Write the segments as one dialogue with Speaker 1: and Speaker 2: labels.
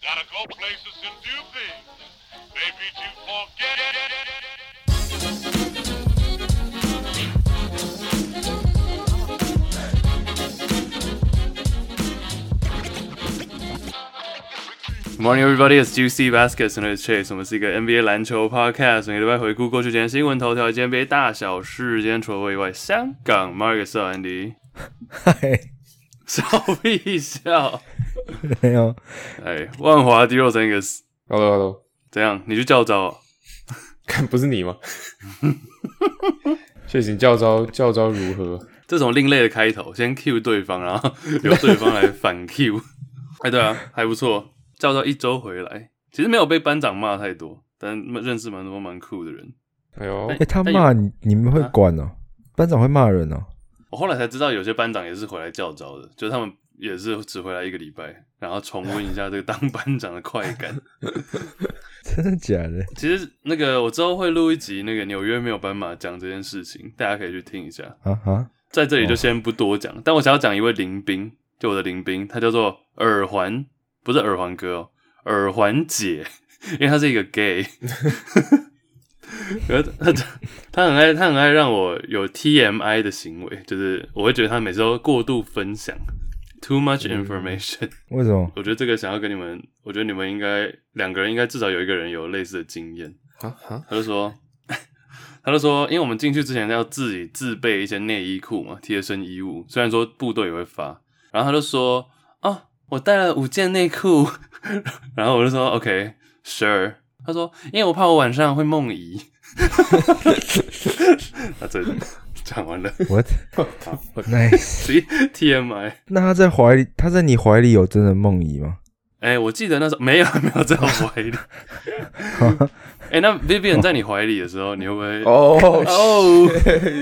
Speaker 1: Gotta go places and do things. Maybe to forget.
Speaker 2: Good morning, everybody. It's Juicy Baskets and it's Chase. 我们是一个 NBA 篮球 podcast，每个礼拜回顾过去几天新闻头条以及 NBA 大小事。今天除了我以外，香港 Marcus 和 Andy
Speaker 3: 嗨，
Speaker 2: 笑屁笑。
Speaker 3: 没有，
Speaker 2: 哎，万华 d i r o s a n g u s
Speaker 4: Hello Hello，
Speaker 2: 怎样？你去叫招哦、
Speaker 4: 看不是你吗？ 谢谢你教招教招如何？
Speaker 2: 这种另类的开头，先 Q 对方，然后由对方来反 Q。哎，对啊，还不错，叫到一周回来，其实没有被班长骂太多，但认识蛮多蛮酷的人。
Speaker 4: 哎呦，
Speaker 2: 哎
Speaker 3: 哎、他
Speaker 2: 但
Speaker 3: 骂
Speaker 2: 有啊
Speaker 3: 你，你们会管哦、班长会骂人哦、
Speaker 2: 我后来才知道，有些班长也是回来教招的，就是他们也是只回来一个礼拜，然后重温一下这个当班长的快感。
Speaker 3: 真的假的？
Speaker 2: 其实那个我之后会录一集那个纽约没有斑马讲这件事情，大家可以去听一下。
Speaker 3: 啊哈，
Speaker 2: 在这里就先不多讲，但我想要讲一位林兵，就我的林兵，他叫做耳环，不是耳环哥哦，耳环姐， 因为他是一个 gay，然后他他他很爱他很爱让我有 TMI 的行为，就是我会觉得他每次都过度分享，too much information，、
Speaker 3: 为什 么？
Speaker 2: 我觉得这个想要跟你们，我觉得你们应该两个人应该至少有一个人有类似的经验，
Speaker 4: 啊啊，
Speaker 2: 他就说，他就说，因为我们进去之前要自己自备一些内衣裤嘛，贴身衣物，虽然说部队也会发，然后他就说，啊，我带了五件内裤， 然后我就说，OK，sure、他说，因为我怕我晚上会梦遗， 他这讲完了
Speaker 3: 我 nice，
Speaker 2: ，T TMI。
Speaker 3: 那他在怀里，他在你怀里有真的梦遗吗？
Speaker 2: 哎、我记得那时候没有没有在我怀 里。哎、那 Vivian 在你怀里的时候，你会不会？
Speaker 4: 哦，
Speaker 2: 哦，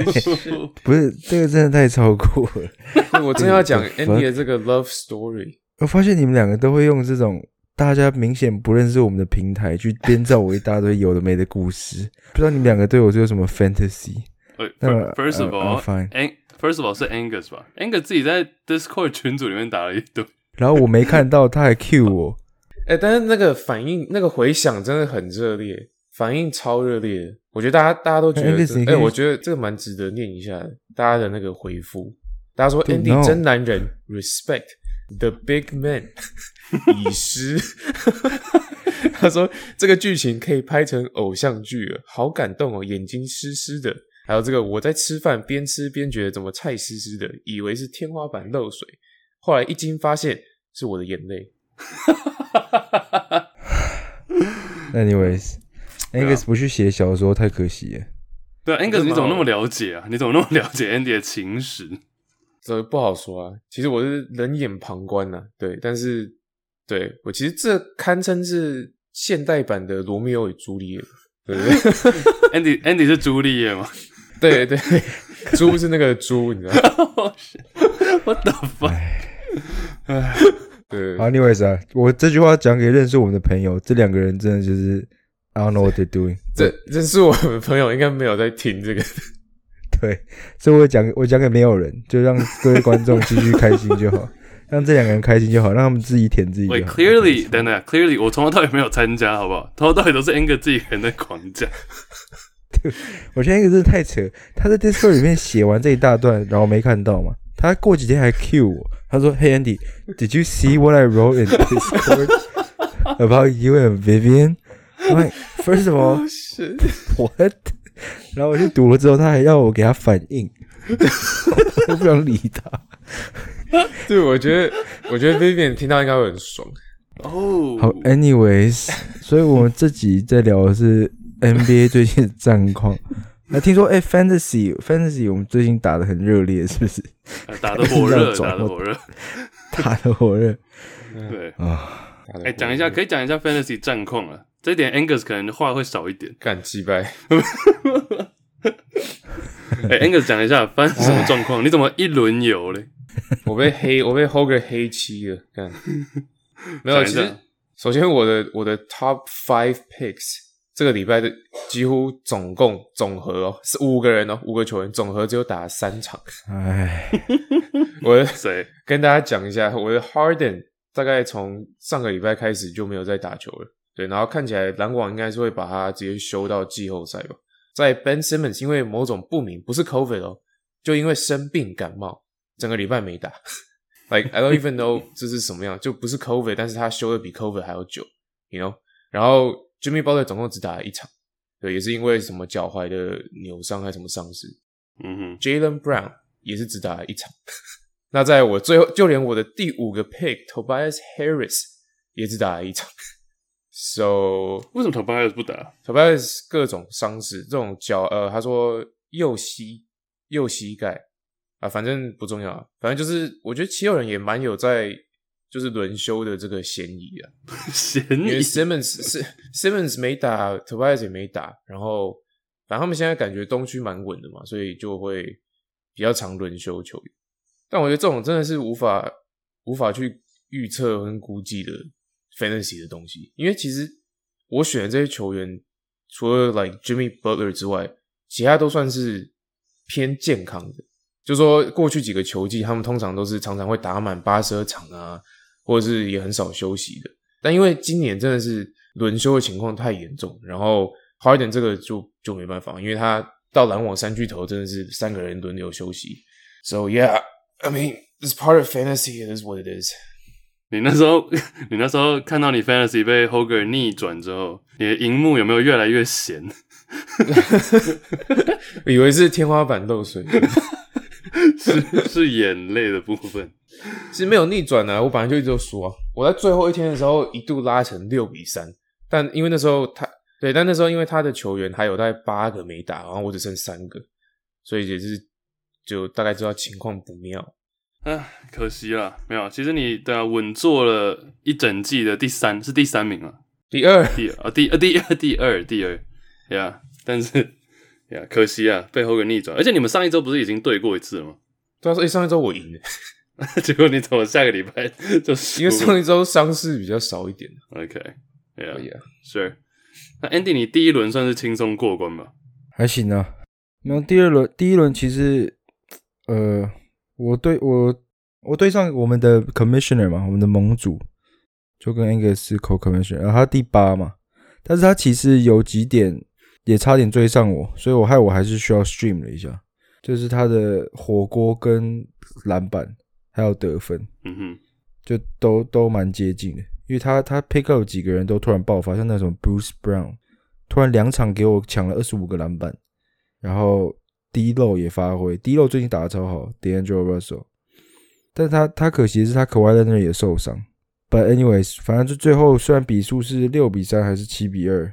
Speaker 3: 不是，这个真的太超过了。
Speaker 4: 我正要讲
Speaker 3: What the fuck？
Speaker 4: Andy 的这个 love story，
Speaker 3: 我发现你们两个都会用这种大家明显不认识我们的平台去编造我一大堆有的没的故事，不知道你们两个对我是有什么 fantasy？
Speaker 2: Wait,
Speaker 3: 那
Speaker 2: fir- First of
Speaker 3: uh,
Speaker 2: all,
Speaker 3: I'm fine.
Speaker 2: Ang- first of all 是 Angus 吧？Angus 自己在 Discord 群组里面打了一堆，
Speaker 3: 然后我没看到，他还 cue 我，
Speaker 4: 哎、但是那个反应那个回响真的很热烈，反应超热烈的，我觉得大家大家都觉
Speaker 3: 哎
Speaker 4: 得
Speaker 3: ，Angus，
Speaker 4: 这，
Speaker 3: 你
Speaker 4: 哎、
Speaker 3: 可以
Speaker 4: 我觉得这个蛮值得念一下的，大家的那个回复，大家说
Speaker 3: Dude,
Speaker 4: Andy
Speaker 3: no
Speaker 4: 真男人，respect the big man，以师。 他说这个剧情可以拍成偶像剧了，好感动哦，眼睛湿湿的。还有这个我在吃饭，边吃边觉得怎么菜湿湿的，以为是天花板漏水，后来一惊发现是我的眼泪。
Speaker 3: Anyways，Angus、不去写小说太可惜了。
Speaker 2: 对啊 Angus
Speaker 4: 真的
Speaker 2: 你怎么那么
Speaker 4: 吗
Speaker 2: 了解啊？你怎么那么了解 Andy 的情史？
Speaker 4: 这不好说啊。其实我是冷眼旁观呐、对，但是对我其实这堪称是现代版的罗密欧与朱丽叶，对不对？
Speaker 2: Andy Andy 是朱丽叶吗
Speaker 4: 对 对，猪是那个猪，你知道吗？
Speaker 2: ？What the fuck？
Speaker 4: 对，
Speaker 3: 好 Anyways 啊，我这句话讲给认识我们的朋友，这两个人真的就是 I don't know what they're doing
Speaker 4: 这这是我们朋友应该没有在听这个，
Speaker 3: 对，所以我讲我讲给没有人，就让各位观众继续开心就好，让这两个人开心就好，让他们自己舔自己
Speaker 2: 喂
Speaker 3: 就好。
Speaker 2: ，Clearly，等等，Clearly，我从头到尾没有参加，好不好？从头到尾都是 Angus 自己一个人在狂讲。
Speaker 3: 我现在真的太扯，他在 Discord 里面写完这一大段，然后没看到嘛。他过几天还 cue 我，他说：“Hey Andy，did you see what I wrote in Discord about you and Vivian？” I'm like, first of all, what？然后我去读了之后，他还要我给他反应， 我不想理他。
Speaker 4: 对我觉得我觉得 Vivian 听到应该会很爽。
Speaker 2: 哦，
Speaker 3: 好，anyways，所以我们这集在聊的是 NBA 最近的战况。那听说，哎、f a n t a s y Fantasy，我们最近打的很热烈，是不是？
Speaker 2: 呃打得火热，
Speaker 3: 要走
Speaker 2: 打得火热，
Speaker 3: 打的火热。
Speaker 2: 对。
Speaker 4: 他的
Speaker 2: 哎，讲一下，可以讲一下 Fantasy 战况了。这一点 Angus 可能话会少一点。
Speaker 4: 干鸡掰，
Speaker 2: 哎，Angus 讲一下发生什么状况？你怎么一轮游嘞？
Speaker 4: 我被黑，我被 Hoger 黑漆了， 干。没
Speaker 2: 讲
Speaker 4: 有，
Speaker 2: 一
Speaker 4: 其
Speaker 2: 下
Speaker 4: 实首先我的我的 Top Five Picks 这个礼拜的几乎总共总和哦是五个人哦，五个球员总和只有打了三场。
Speaker 3: 哎，
Speaker 4: 我的
Speaker 2: 谁？
Speaker 4: 跟大家讲一下，我的 Harden 大概从上个礼拜开始就没有再打球了，对，然后看起来篮网应该是会把他直接修到季后赛吧。在 Ben Simmons 因为某种不明，不是 COVID 哦，就因为生病感冒，整个礼拜没打。like I don't even know 这是什么样，就不是 COVID，但是他休的比 COVID 还要久，you know。然后 Jimmy Butler 总共只打了一场，对，也是因为什么脚踝的扭伤还是什么伤势，
Speaker 2: 嗯
Speaker 4: Jalen Brown 也是只打了一场。 那在我最后，就连我的第五个 pick Tobias Harris 也只打了一场。So
Speaker 2: 哼，为什么 Tobias 不打？
Speaker 4: Tobias 各种伤势，这种脚呃，他说右膝右膝盖啊，反正不重要啊，反正就是我觉得七六人也蛮有在就是轮休的这个嫌疑啊。
Speaker 2: 嫌
Speaker 4: 因为
Speaker 2: 疑
Speaker 4: Simmons 是 Simmons 没打，Tobias 也没打，然后反正他们现在感觉东区蛮稳的嘛，所以就会比较常轮休球员。但我觉得这种真的是无法无法去预测跟估计的 fantasy 的东西，因为其实我选的这些球员，除了 like Jimmy Butler 之外，其他都算是偏健康的。就说过去几个球季，他们通常都是常常会打满八十二场啊，或者是也很少休息的。但因为今年真的是轮休的情况太严重，然后 Harden 这个就就没办法，因为他到篮网三巨头真的是三个人轮流休息。So yeah, I mean, it's part of fantasy. It is what it is.
Speaker 2: 你那时候， 你那时候看到你 Fantasy 被 Hoger 逆转之后，你的荧幕有没有越来越咸？
Speaker 4: 以为是天花板漏水，
Speaker 2: 是是眼泪的部分。
Speaker 4: 其实没有逆转啊。我本来就一直有说、啊，我在最后一天的时候一度拉成六比三，但因为那时候他对，但那时候因为他的球员还有大概八个没打，然后我只剩三个，所以也是就大概知道情况不妙。
Speaker 2: 啊，可惜啦，没有。其实你对啊，稳坐了一整季的第三，是第三名啊，
Speaker 4: 第二，
Speaker 2: 第啊第啊第二第二第二，呀、但是呀可惜啊，被 Hoger 逆转。而且你们上一周不是已经对过一次了吗？
Speaker 4: 对啊，所以上一周我赢了，
Speaker 2: 结果你怎么下个礼拜就输
Speaker 4: 因为
Speaker 2: 了
Speaker 4: 上一周伤势比较少一点。啊
Speaker 2: OK，
Speaker 3: 啊
Speaker 4: 对
Speaker 2: yeah,
Speaker 4: 呀，
Speaker 2: sure。那 Andy，你第一轮算是轻松过关吧？
Speaker 3: 还行啊。没有第二轮，第一轮其实，呃，我对我我对上我们的 commissioner 嘛，我们的盟主就跟 Angus 是 co commissioner，然后他第八嘛，但是他其实有几点也差点追上我，所以我害我还是需要 stream 了一下，就是他的火锅跟篮板还有得分，
Speaker 2: 嗯哼，
Speaker 3: 就都都蛮接近的，因为他他 pick up 几个人都突然爆发，像那种 Bruce Brown，突然两场给我抢了二十五个篮板，然后 D l o 也发挥，D l o 最近打的超好，D'Angelo Russell，但他他可惜的是他 k a w h 那也受伤，But anyways，反正就最后虽然比数是六比三还是七比二，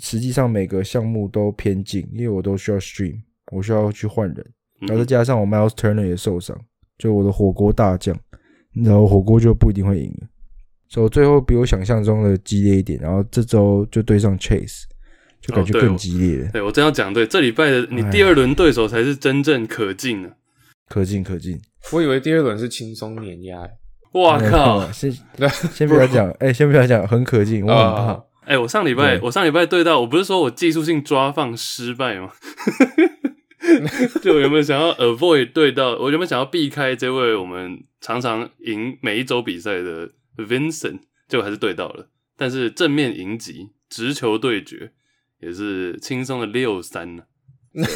Speaker 3: 实际上每个项目都偏近，因为我都需要 stream，我需要去换人，
Speaker 2: 嗯
Speaker 3: 然后再
Speaker 2: 哼
Speaker 3: 加上我 Miles Turner 也受伤，就我的火锅大将，然后火锅就不一定会赢了。所以我最后比我想象中的激烈一点，然后这周就对上 Chase，就感觉
Speaker 2: 哦对
Speaker 3: 更
Speaker 2: 我
Speaker 3: 激烈了，
Speaker 2: 对我真要讲，对这礼拜的你
Speaker 3: 哎
Speaker 2: 第二轮对手才是真正可敬的、
Speaker 3: 可敬可敬。
Speaker 4: 我以为第二轮是轻松碾压，欸
Speaker 2: 哇
Speaker 3: 没有
Speaker 2: 靠！
Speaker 3: 先
Speaker 4: 对
Speaker 3: 先不要 讲，哎，先不要讲，很可敬，我很怕。
Speaker 4: 啊
Speaker 2: 哎、我上礼拜
Speaker 3: 对
Speaker 2: 我上礼拜对到，我不是说我技术性抓放失败 吗？就我原本想要 avoid 对到，我原本想要避开这位我们常常赢每一周比赛的 Vincent，结果还是对到了。但是正面迎击，直球对决，也是轻松的六三啊呢。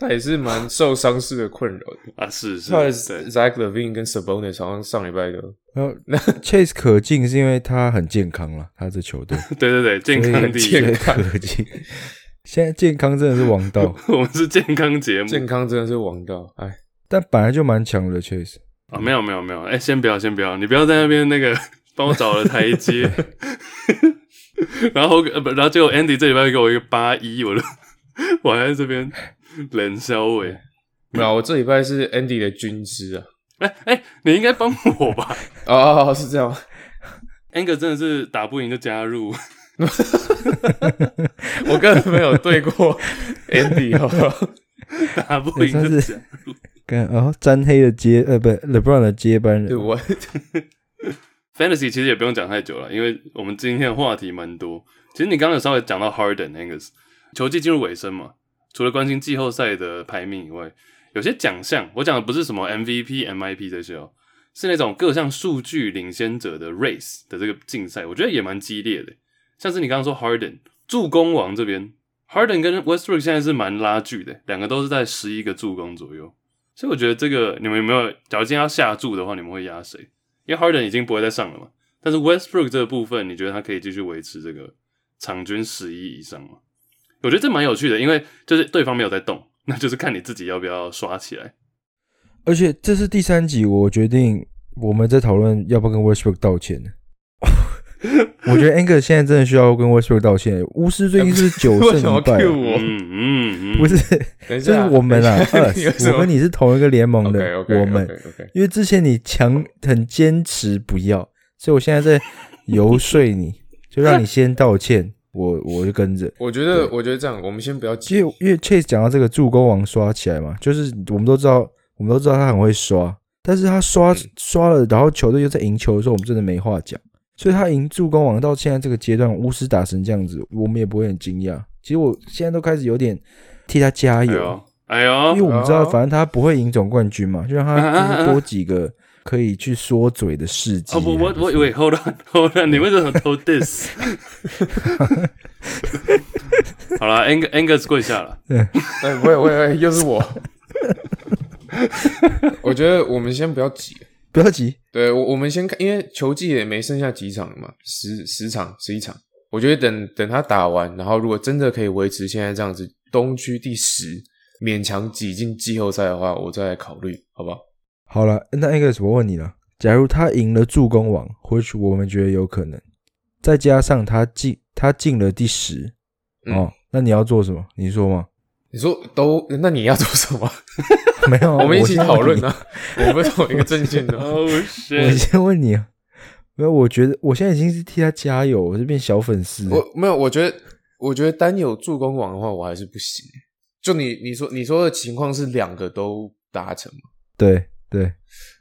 Speaker 4: 他也是蛮受伤势的困扰的。
Speaker 2: 啊，是是，
Speaker 4: 他的
Speaker 2: 对
Speaker 4: Zach Levine 跟 Sabonis 好像上礼拜都
Speaker 3: 然后 Chase 可敬是因为他很健康了，他这球队
Speaker 2: 对对对， 健康第
Speaker 3: 所以
Speaker 2: 一，
Speaker 4: 健康
Speaker 3: 可敬。 现在健康真的是王道，
Speaker 2: 我们是健康节目
Speaker 4: 健康真的是王道，哎，
Speaker 3: 但本来就蛮强的 Chase。
Speaker 2: 啊，没有没有没有，哎、先不要先不要，你不要在那边那个 帮我找了台阶。 然后呃不，然后结果 Andy 这礼拜给我一个八一，我就 我还在这边冷笑伟。
Speaker 4: 没有，我这礼拜是 Andy 的军师啊，
Speaker 2: 哎哎，你应该帮我吧？
Speaker 4: 哦哦，哦是这样吗，
Speaker 2: Anger 真的是打不赢就加入，
Speaker 4: 我根本没有对过 Andy 哦，
Speaker 2: 打不赢就加入。
Speaker 3: 跟然后詹黑的接呃不 LeBron 的接班
Speaker 4: 对
Speaker 3: 人，
Speaker 4: 我
Speaker 2: Fantasy 其实也不用讲太久了，因为我们今天的话题蛮多。其实你刚刚有稍微讲到 Harden Angus，球季进入尾声嘛，除了关心季后赛的排名以外，有些奖项我讲的不是什么 MVP、MIP 这些哦，是那种各项数据领先者的 race 的这个竞赛，我觉得也蛮激烈的。像是你刚刚说 Harden 助攻王这边，Harden 跟 Westbrook 现在是蛮拉锯的，两个都是在十一个助攻左右，所以我觉得这个你们有没有？假如今天要下注的话，你们会压谁？因为 Harden 已经不会再上了嘛。但是 Westbrook 这个部分，你觉得他可以继续维持这个场均十一以上吗？我觉得这蛮有趣的，因为就是对方没有在动，那就是看你自己要不要刷起来。
Speaker 3: 而且这是第三集，我决定我们在讨论要不要跟 Westbrook 道歉 呢。我觉得 Anger 现在真的需要跟 Westbrook 道歉。巫师最近是九
Speaker 4: 为
Speaker 3: 胜
Speaker 4: 什么
Speaker 3: 一败
Speaker 4: Q 我？
Speaker 2: 嗯嗯嗯，
Speaker 3: 不是，
Speaker 4: 等一
Speaker 3: 这
Speaker 4: 下，
Speaker 3: 是我们啊，
Speaker 4: 等一下
Speaker 3: us，我跟你是同一个联盟 的
Speaker 4: OK OK
Speaker 3: 我们
Speaker 4: OK，
Speaker 3: 因为之前你强很坚持不要，所以我现在在游说你，就让你先道歉，我我就跟着。
Speaker 4: 我觉得我觉得这样，我们先不要急，
Speaker 3: 因为因为 Chase 讲到这个助攻王刷起来嘛，就是我们都知道，我们都知道他很会刷，但是他
Speaker 2: 嗯
Speaker 3: 刷刷了，然后球队又在赢球的时候，我们真的没话讲。所以他赢助攻王到现在这个阶段，巫师打成这样子，我们也不会很惊讶。其实我现在都开始有点替他加
Speaker 2: 哎
Speaker 3: 油，
Speaker 2: 呦，哎呦，
Speaker 3: 因为我们知道，
Speaker 4: 哦
Speaker 3: 反正他不会赢总冠军嘛，就让
Speaker 2: 啊啊
Speaker 3: 他
Speaker 2: 啊
Speaker 3: 就是多几个可以去说嘴的事迹。啊
Speaker 2: 哦不，我我以为 hold on hold on，你为什么偷 this？好了，Ang Angus 跪下了，
Speaker 4: 哎，喂喂喂，又是我。 我觉得我们先不要急，
Speaker 3: 不要急，
Speaker 4: 对我我们先看，因为球季也没剩下几场了嘛，十十场十一场。我觉得等等他打完，然后如果真的可以维持现在这样子，东区第十勉强挤进季后赛的话，我再来考虑，好不好？
Speaker 3: 好了，那 Angus，我问你了，假如他赢了助攻王，或许我们觉得有可能，再加上他进他进了第十、
Speaker 4: 嗯
Speaker 3: 哦，那你要做什么？你说 吗？
Speaker 4: 你说都，那你要做什么？
Speaker 3: 没有啊，
Speaker 4: 哦我们一起
Speaker 3: 先问
Speaker 4: 讨论
Speaker 3: 你。
Speaker 4: 啊，我们同一个阵线 的。
Speaker 2: 哦
Speaker 3: 我
Speaker 2: shit，
Speaker 3: 先问你啊，没有，我觉得我现在已经是替他加油，我是变小粉丝。
Speaker 4: 我没有，我觉得，我觉得单有助攻王的话，我还是不行。欸就你你说你说的情况是两个都达成吗？
Speaker 3: 对对，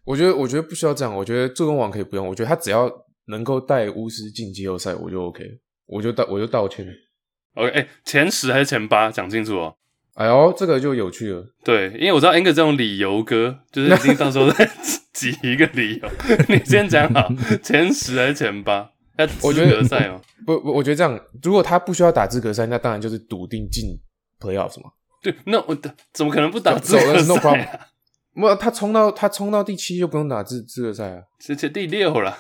Speaker 4: 我觉得我觉得不需要这样，我觉得助攻王可以不用，我觉得他只要能够带巫师进季后赛，我就 OK，我就道我就道歉了。
Speaker 2: OK，哎、前十还是前八？讲清楚哦。
Speaker 4: 哎呦，这个就有趣了。
Speaker 2: 对，因为我知道 Ang 这种理由歌，就是一定到时候再挤一个理由。 你先讲好，前十还是前八？那
Speaker 4: 我觉
Speaker 2: 资
Speaker 4: 得
Speaker 2: 格赛哦，
Speaker 4: 不，不我觉得这样，如果他不需要打资格赛，那当然就是笃定进 playoffs 嘛。
Speaker 2: 对，那我怎么可能不打资
Speaker 4: 走
Speaker 2: 格
Speaker 4: no
Speaker 2: 赛、
Speaker 4: problem
Speaker 2: 啊？。
Speaker 4: 没有，他冲到他冲到第七就不用打资资格赛啊。
Speaker 2: 这这第六了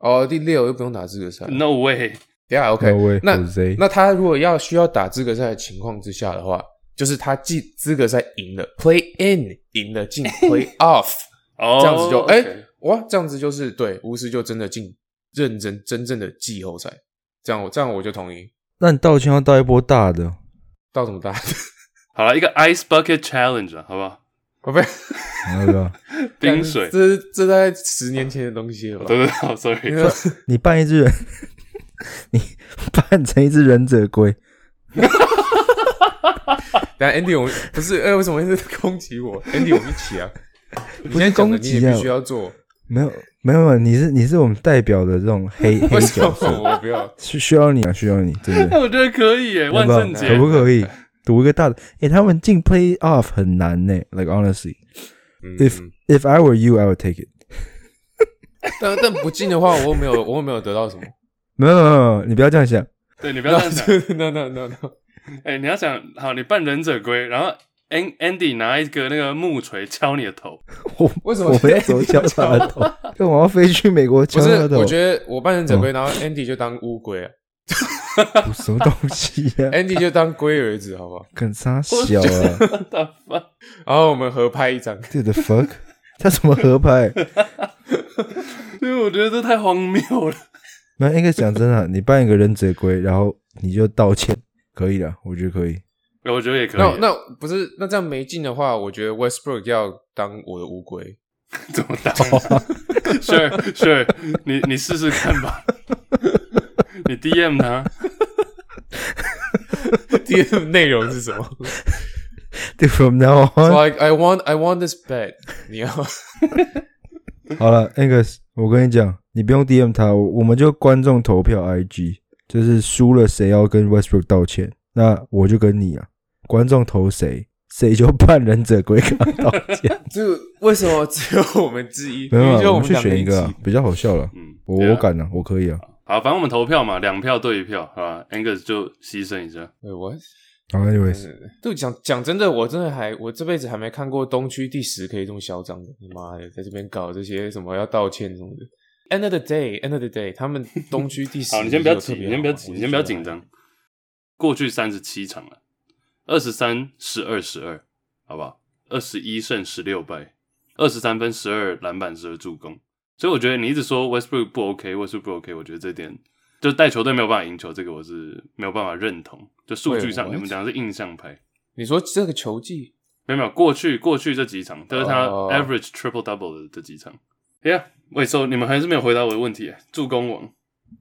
Speaker 4: 哦，第六又不用打资格赛。啊
Speaker 2: ，No way！
Speaker 4: Yeah, OK
Speaker 3: No way,
Speaker 4: 那
Speaker 3: Jose
Speaker 4: 那他如果要需要打资格赛的情况之下的话，就是他进资格赛赢了，Play In 赢了进 Play Off，
Speaker 2: 哦、
Speaker 4: 这样子就哎、
Speaker 2: OK
Speaker 4: 哇，这样子就是对巫师就真的进认真真正的季后赛。这样我这样我就同意。
Speaker 3: 那你道歉要道一波大的，
Speaker 4: 到什么大？
Speaker 2: 好了，一个 Ice Bucket Challenge 啊，好不好？
Speaker 4: 我被
Speaker 3: 那个
Speaker 2: 冰水，
Speaker 4: 这是这在十年前的东西 了吧？
Speaker 2: 对对对哦，sorry，
Speaker 4: 因为
Speaker 3: 你扮一只人， 你扮成一只忍者龟，
Speaker 4: 等一下 Andy，我们不是哎、为什么一直攻击我？Andy，我们一起啊！你现在讲
Speaker 3: 攻
Speaker 4: 的你
Speaker 3: 击
Speaker 4: 也
Speaker 3: 啊
Speaker 4: 必须要做，
Speaker 3: 没有没有，没有你是你是我们代表的这种黑黑
Speaker 4: 为什
Speaker 3: 角
Speaker 4: 么
Speaker 3: 色。
Speaker 4: 我不要？
Speaker 3: 需需要你啊，需要你，真的
Speaker 2: 哎，。我觉得可以耶，
Speaker 3: 要
Speaker 2: 万
Speaker 3: 不要
Speaker 2: 圣节
Speaker 3: 可不可以赌一个大的？哎、他们进 play off 很难呢、Like honestly,
Speaker 4: 嗯
Speaker 3: if、if I were you, I would take it.
Speaker 4: 但但不进的话，我又没有，我又没有得到什么。
Speaker 3: 没有没有没有，你不要这样 想。
Speaker 2: 对你不要这样想，
Speaker 4: no no no no，
Speaker 2: 哎、你要想好，你扮忍者龟，然后 An- Andy 拿一个那个木锤敲你的头，
Speaker 3: 我
Speaker 4: 为什么
Speaker 3: 我们要走交叉的头？干嘛要飞去美国交
Speaker 4: 不
Speaker 3: 叉
Speaker 4: 是
Speaker 3: 的？头？
Speaker 4: 我觉得我扮成
Speaker 3: 嗯
Speaker 4: 整龟，然后 Andy 就当乌龟啊
Speaker 3: 什么东西 呀、啊？
Speaker 4: ，Andy 就当龟儿子，好不 好？
Speaker 3: 肯差小啊
Speaker 4: 然后我们合拍一张，
Speaker 3: ，Dude the fuck，他什么合拍？
Speaker 2: 因为我觉得这太荒谬了。
Speaker 3: 那应该讲真的啊，你扮一个忍者龟，然后你就道歉，可以了，我觉得可以。
Speaker 2: 哎我觉得也可以。
Speaker 4: 那那不是那这样没进的话，我觉得 Westbrook 要当我的乌龟。
Speaker 2: 怎么打？Sure Sure，你你试试看吧。你 DM 他，
Speaker 4: DM 内容是什么
Speaker 3: Dude, from now
Speaker 4: ？So
Speaker 3: on，
Speaker 4: I I want I want this bed。你 要
Speaker 3: 好了，Angus，我跟你讲，你不用 DM 他，我我们就观众投票 IG，就是输了谁要跟 Westbrook 道歉，那我就跟你啊，观众投谁，谁就扮忍者龟给他 道歉，
Speaker 4: 这个为什么只有我们之一？
Speaker 3: 没有
Speaker 4: 明明就
Speaker 3: 啊，
Speaker 4: 我
Speaker 3: 我们
Speaker 4: 们
Speaker 3: 去
Speaker 4: 两个
Speaker 3: 选一个
Speaker 4: 一
Speaker 3: 啊
Speaker 4: 起，
Speaker 3: 比较好笑了。
Speaker 2: 嗯，
Speaker 3: 我
Speaker 2: 对啊
Speaker 3: 我敢啊，我可以啊。
Speaker 2: 好，反正我们投票嘛，两票对一票，好吧？Angus 就牺牲一下，
Speaker 4: Wait, what？
Speaker 3: 好，anyways，
Speaker 4: 对，啊讲讲真的，我真的还我这辈子还没看过东区第十可以这么嚣张的，你妈的，在这边搞这些什么要道歉什么的。End of the day，end of the day，他 们东区第十。
Speaker 2: 好，你先不要急，你先不要急，你先不要紧。张。过去三十七场了，二十三十二十二，好不好？二十一胜十六败，二十三分十二篮板十二助攻。所以我觉得你一直说 Westbrook 不 OK，Westbrook 不 OK，我觉得这点就带球队没有办法赢球，这个我是没有办法认同。就数据
Speaker 4: Wait,
Speaker 2: 上，你
Speaker 4: what？
Speaker 2: 们讲的是印象派，
Speaker 4: 你说这个球技
Speaker 2: 没有没有，过去过去这几场都是他
Speaker 4: 哦
Speaker 2: average triple double 的这几场。Yeah，喂，so 你们还是没有回答我的问题，助攻王，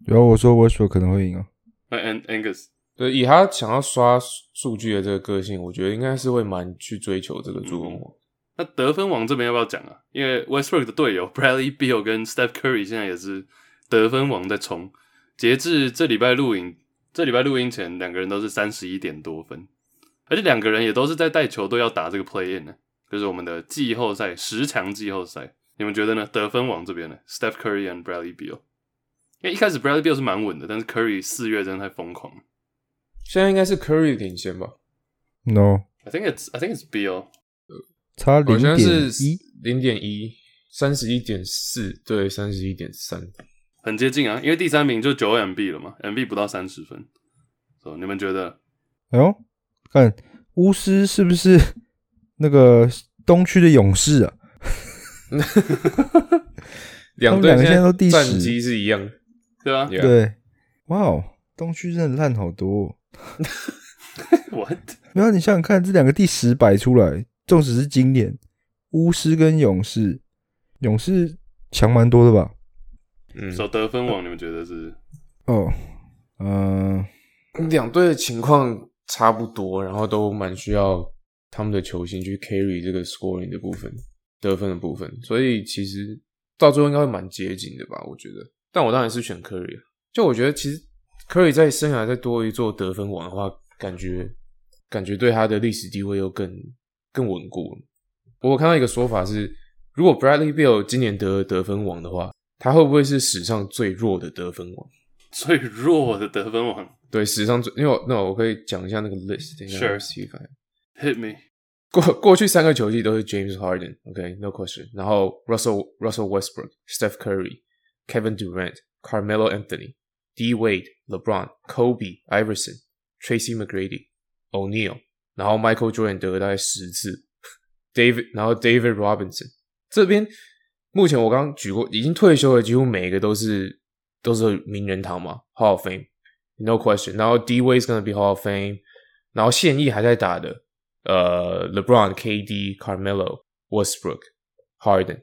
Speaker 3: 然后我说 Westbrook 可能会赢啊，
Speaker 2: 那 An Angus，
Speaker 4: 对，以他想要刷数据的这个个性，我觉得应该是会蛮去追求这个助攻
Speaker 2: 嗯
Speaker 4: 王。
Speaker 2: 那得分王这边要不要讲啊？因为 Westbrook 的队友 Bradley Beal 跟 Steph Curry 现在也是得分王在冲。截至这礼拜录影，这礼拜录音前，两个人都是三十一点多分，而且两个人也都是在带球队要打这个 Play In 呢，就是我们的季后赛十强季后赛。你们觉得呢？得分王这边呢？Steph Curry and Bradley Beal。因为一开始 Bradley Beal 是蛮稳的，但是 Curry 四月真的太疯狂了。
Speaker 4: 现在应该是 Curry 领先吧？
Speaker 3: No，
Speaker 2: I think it's I think it's Beal。
Speaker 3: 差
Speaker 4: 好
Speaker 3: 零
Speaker 4: 像
Speaker 3: 点
Speaker 4: 是
Speaker 3: 一，
Speaker 4: 零点一，三十一点四，对，三十一点三。
Speaker 2: 很接近啊，因为第三名就九 MB 了嘛，MB 不到三十分，so, 你们觉得
Speaker 3: 哎呦，看巫师是不是那个东区的勇士啊？
Speaker 4: 两
Speaker 3: 们
Speaker 4: 队
Speaker 3: 两个现在都第
Speaker 4: 战
Speaker 3: 十
Speaker 4: 绩是一样。
Speaker 2: 对啊吧、
Speaker 4: Yeah
Speaker 3: 对，哇哦，东区真的烂好多、哦。
Speaker 2: ？What？
Speaker 3: 没有，你想想看，这两个第十摆出来，纵使是今年，巫师跟勇士，勇士强蛮多的吧？
Speaker 4: 嗯，
Speaker 2: 手得分王，你们觉得是？
Speaker 3: 哦，嗯、
Speaker 4: 两队的情况差不多，然后都蛮需要他们的球星去 carry 这个 scoring 的部分、得分的部分，所以其实到最后应该会蛮接近的吧，我觉得。但我当然是选 Curry，啊就我觉得其实 Curry 在生涯再多一座得分王的话，感觉感觉对他的历史地位又更更稳固了。我有看到一个说法是，如果 Bradley Beal 今年得了得分王的话，他会不会是史上最弱的得分王？
Speaker 2: 最弱的得分王
Speaker 4: 对，史上最，因为我那我可以讲一下那个 list，等一下啊
Speaker 2: Sure
Speaker 4: 我细翻。
Speaker 2: ，Hit me。
Speaker 4: 过过去三个球季都是 James Harden，OK，no、question。然后 Russell Russell Westbrook、Steph Curry、Kevin Durant、Carmelo Anthony、D Wade、LeBron、Kobe、Iverson、Tracy McGrady、O'Neal，然后 Michael Jordan 得了大概十次，David，然后 David Robinson 这边目前我刚刚举过，已经退休的几乎每一个都是都是名人堂嘛，Hall of Fame，no question。然后 D Wade is gonna be Hall of Fame，然后现役还在打的。呃，LeBron、KD、Carmelo、Westbrook、Harden、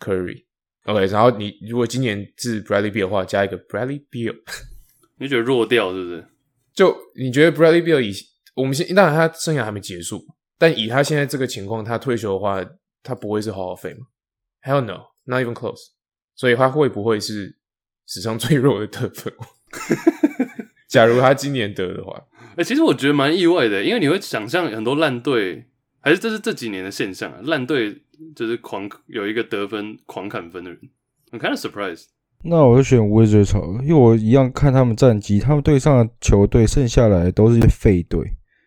Speaker 4: Curry。OK，然后你如果今年是 Bradley Beal 的话，加一个 Bradley Beal，
Speaker 2: 你觉得弱掉是不是？
Speaker 4: 就你觉得 Bradley Beal 以我们现当然他生涯还没结束，但以他现在这个情况，他退休的话，他不会是 Hall of Fame，Hell no，not even close。所以他会不会是史上最弱的得分王？ 假如他今年得的话，
Speaker 2: 哎、其实我觉得蛮意外的，因为你会想象很多烂队，还是这是这几年的现象啊，烂队就是狂有一个得分狂砍分的人。I'm kind of surprised。
Speaker 3: 那我就选 Wizards 好了，因为我一样看他们战绩，他们对上的球队剩下来都是一些废队，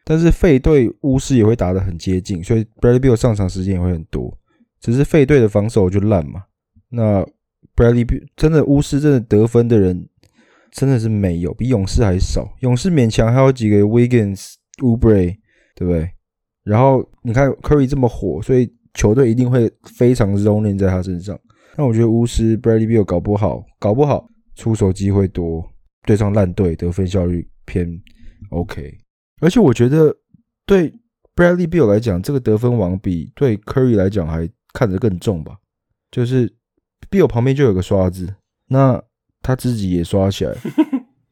Speaker 3: 但是废队巫师也会打得很接近，所以 Bradley Beal 上场时间也会很多，只是废队的防守就烂嘛。那 Bradley Beal 真的巫师真的得分的人真的是没有，比勇士还少，勇士勉强还有几个 Wiggins、Ubre，对不对？然后你看 Curry 这么火，所以球队一定会非常 zone in 在他身上。那我觉得巫师 Bradley Beal 搞不好，搞不好出手机会多，对上烂队得分效率偏 OK。而且我觉得对 Bradley Beal 来讲，这个得分王比对 Curry 来讲还看得更重吧。就是 Beal 旁边就有个刷子，那他自己也刷起来。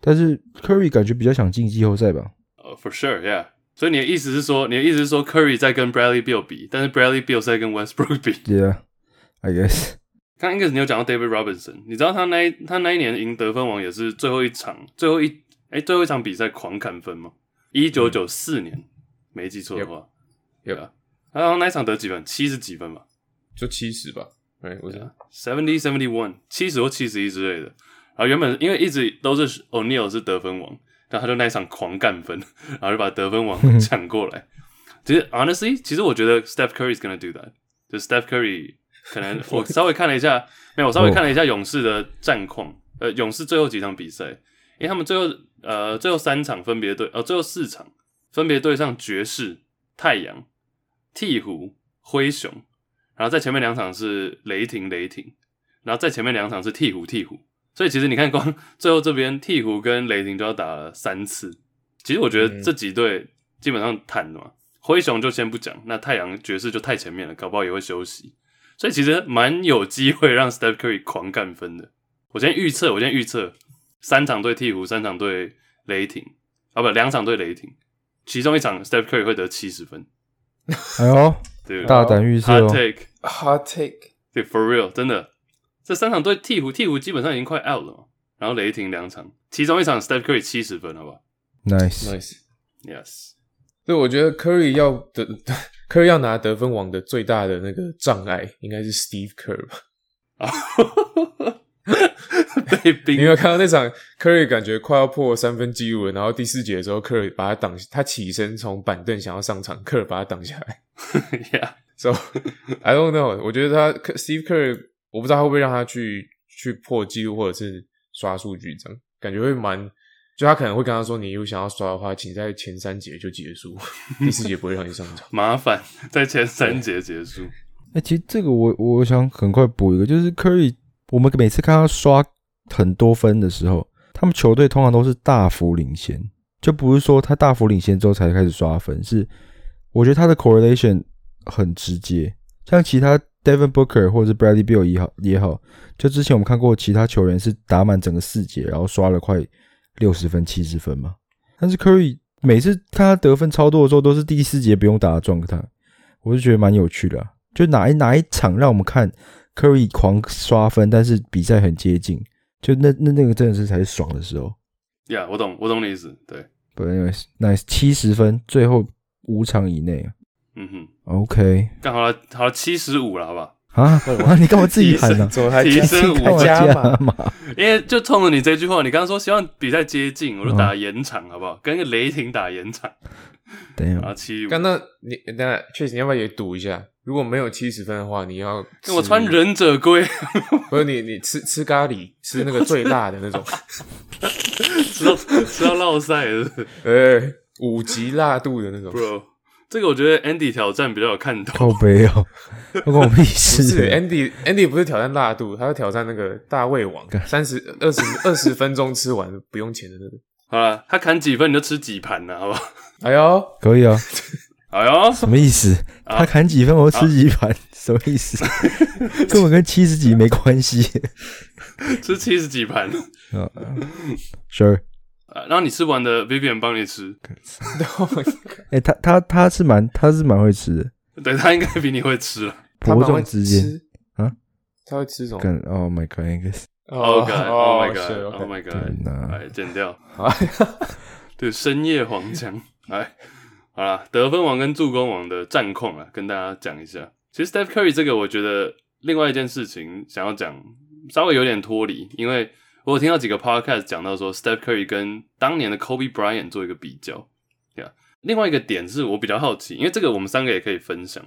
Speaker 3: 但是 Curry 感觉比较想进季后赛吧？
Speaker 2: 呃、f o r sure，yeah。所以你的意思是说，你的意思是说，Curry 在跟 Bradley Beal 比，但是 Bradley Beal 在跟 Westbrook 比。
Speaker 3: Yeah，I guess。
Speaker 2: 刚应该是你有讲到 David Robinson，你知道他那一他那一年赢得分王也是最后一场，最后一哎、最后一场比赛狂砍分吗？一九九四年，没记错的话，
Speaker 4: 嗯 Yep.
Speaker 2: 啊，然后那一场得几分？七十几分吧
Speaker 4: 就七十吧。哎，我想
Speaker 2: ，seventy seventy one，七十或七十一之类的。然后原本因为一直都是 O'Neal 是得分王，然后他就那一场狂干分，然后就把得分王抢过来。其实 honestly，其实我觉得 Steph Curry is gonna do that，就是 Steph Curry 可能我稍微看了一下，没有，我稍微看了一下勇士的战况，呃，勇士最后几场比赛，因为他们最后呃最后三场分别对呃最后四场分别对上爵士、太阳、鹈鹕、灰熊，然后在前面两场是雷霆、雷霆，然后在前面两场是鹈鹕、鹈鹕，所以其实你看光 最后这边鹈鹕跟雷霆就要打了三次，其实我觉得这几队基本上坦了嘛，灰熊就先不讲，那太阳、爵士就太前面了，搞不好也会休息。所以其实蛮有机会让 Steph Curry 狂干分的。我先预测，我先预测三场对鹈鹕，三场对雷霆，啊不，两场对雷霆，其中一场 Steph Curry 会得七十分，
Speaker 3: 哎呦，
Speaker 2: 对不对
Speaker 3: 大胆预测
Speaker 2: ？Hard
Speaker 3: 哦！
Speaker 2: take，
Speaker 4: hard take
Speaker 2: 对，for real，真的，这三场对鹈鹕，鹈鹕基本上已经快 out 了嘛，然后雷霆两场，其中一场 Steph Curry 七十分，好不好
Speaker 3: Nice，
Speaker 4: nice。
Speaker 2: ？Yes，
Speaker 4: 对，我觉得 Curry 要得 Curry 要拿得分王的最大的那个障碍应该是 Steve Kerr 吧？
Speaker 2: 啊，被
Speaker 4: 你
Speaker 2: 冰
Speaker 4: 有没有看到那场 Curry 感觉快要破三分记录了，然后第四节的时候 Curry 把他挡，他起身从板凳想要上场，Curry 把他挡下来。
Speaker 2: ，Yeah，
Speaker 4: So I don't know，我觉得他 Steve Kerr 我不知道他会不会让他去去破纪录或者是刷数据这样，感觉会蛮。就他可能会跟他说：“你如果想要刷的话，请在前三节就结束，第四节不会让你上场。”
Speaker 2: 麻烦在前三节结束，
Speaker 3: 哎、其实这个我我想很快补一个，就是 Curry，我们每次看他刷很多分的时候，他们球队通常都是大幅领先，就不是说他大幅领先之后才开始刷分，是我觉得他的 correlation 很直接，像其他 Devin Booker 或者是 Bradley Beal 也好也好，就之前我们看过其他球员是打满整个四节，然后刷了快六十分、七十分嘛，但是 Curry 每次看他得分超多的时候，都是第四节不用打的状态。我就觉得蛮有趣的啊、就哪一哪一场让我们看 Curry 狂刷分，但是比赛很接近，就那那那个真的是才是爽的时候。
Speaker 2: ，Yeah，我懂，我懂你意思，对，
Speaker 3: But anyways, nice 七十分，最后五场以内啊。
Speaker 2: 嗯哼。
Speaker 3: OK
Speaker 2: 干好了，好了，七十五了，好不好？
Speaker 3: 啊，啊 你干嘛自己喊呢、
Speaker 4: 走还
Speaker 2: 提升
Speaker 3: 干
Speaker 4: 还
Speaker 2: 五
Speaker 3: 嘛
Speaker 4: 加
Speaker 3: 加
Speaker 4: 码，
Speaker 3: 嘛？
Speaker 2: 因为就冲着你这句话，你刚刚说希望比赛接近，我就
Speaker 4: 嗯
Speaker 2: 打延长，好不好？跟个雷霆打延长，
Speaker 3: 等一
Speaker 2: 然
Speaker 4: 嗯
Speaker 3: 下
Speaker 2: 后，
Speaker 4: 啊
Speaker 2: 七五。
Speaker 4: 刚那你等下确实你要不要也赌一下？如果没有七十分的话，你要吃
Speaker 2: 跟我穿忍者龟，
Speaker 4: 不是你你吃吃咖喱，吃那个最辣的那种，
Speaker 2: 吃到吃到落赛了是不是
Speaker 4: 呃，五级辣度的那种。
Speaker 2: ，bro。这个我觉得 Andy 挑战比较有看头
Speaker 3: 靠背哦，那关我屁
Speaker 4: 不是哎
Speaker 3: 事。
Speaker 4: Andy Andy 不是挑战辣度，他要挑战那个大胃王，三十二十二十分钟吃完不用钱的那个。
Speaker 2: 好了，他砍几分你就吃几盘呢，好不好？
Speaker 4: 哎呦，
Speaker 3: 可以啊，
Speaker 2: 哎呦，
Speaker 3: 什么意思？
Speaker 4: 啊
Speaker 3: 他砍几分，我吃几盘，什么意思？根本跟七十几没关系。
Speaker 2: 吃七十几盘，
Speaker 3: 啊 Sure，
Speaker 2: 啊然后你吃完的 Vivian 帮你吃，
Speaker 3: 哎、他他他是蛮他是蛮会吃的，
Speaker 2: 对他应该比你会吃了。
Speaker 4: 他
Speaker 3: 伯
Speaker 4: 蛮
Speaker 3: 仲
Speaker 4: 会
Speaker 3: 之间。
Speaker 4: 吃
Speaker 3: 啊，
Speaker 4: 他会吃什么？
Speaker 3: 跟 Oh my God，应该是
Speaker 2: Oh god! Oh my
Speaker 4: 哦是
Speaker 2: god!
Speaker 4: OK
Speaker 2: Oh my
Speaker 3: 天
Speaker 2: god!
Speaker 3: 哪
Speaker 2: 哎，剪掉。 对，深夜黄腔。哎，好啦，得分王跟助攻王的战况啊，跟大家讲一下。其实 Steph Curry 这个，我觉得另外一件事情想要讲，稍微有点脱离，因为我有听到几个 podcast 讲到说 Steph Curry 跟当年的 Kobe Bryant 做一个比较。对啊，另外一个点是我比较好奇，因为这个我们三个也可以分享，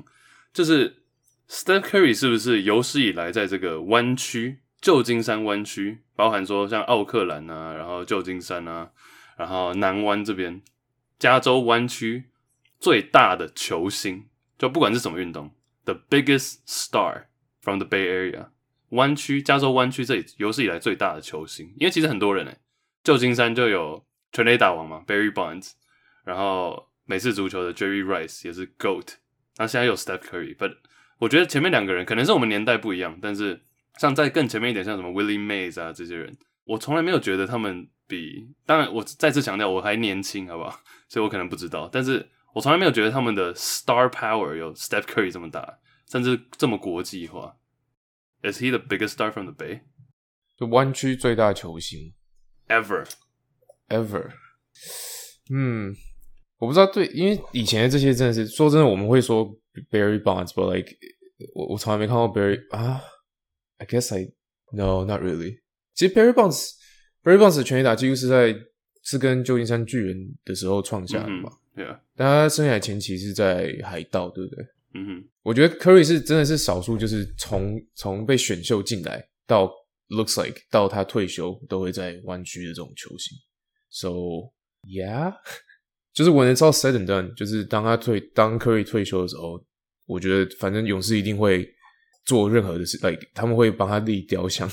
Speaker 2: 就是 Steph Curry 是不是有史以来在这个湾区，旧金山湾区，包含说像奥克兰啊，然后旧金山啊，然后南湾这边，加州湾区最大的球星，就不管是什么运动，the biggest star from the Bay Area，湾区加州湾区这里有史以来最大的球星，因为其实很多人呢、欸旧金山就有全垒打王嘛，Barry Bonds，然后美式足球的 Jerry Rice 也是 GOAT，那现在有 Steph Curry，but 我觉得前面两个人可能是我们年代不一样，但是像在更前面一点，像什么 Willie Mays 啊这些人，我从来没有觉得他们比，当然我再次强调，我还年轻，好不好？ 所以我可能不知道，但是我从来没有觉得他们的 star power 有 Steph Curry 这么大，甚至这么国际化。Is he the biggest star from the Bay
Speaker 4: 就湾区最大球星
Speaker 2: ever？
Speaker 4: ever。嗯，我不知道对，因为以前的这些真的是说真的，我们会说 Barry Bonds，but like 我我从来没看过 Barry 啊。I guess I no not really。其实 Barry Bonds Barry Bonds 的全垒打几乎是在是跟旧金山巨人的时候创下的嘛，
Speaker 2: 对啊，
Speaker 4: 但他生涯前期是在海盗，对不对？
Speaker 2: 嗯哼，
Speaker 4: 我觉得 Curry 是真的是少数，就是从从被选秀进来到 looks like 到他退休都会在湾区的这种球星。So yeah，就是 when it's all said and done，就是当他退当 Curry 退休的时候，我觉得反正勇士一定会做任何的事，like 他们会帮他立雕像，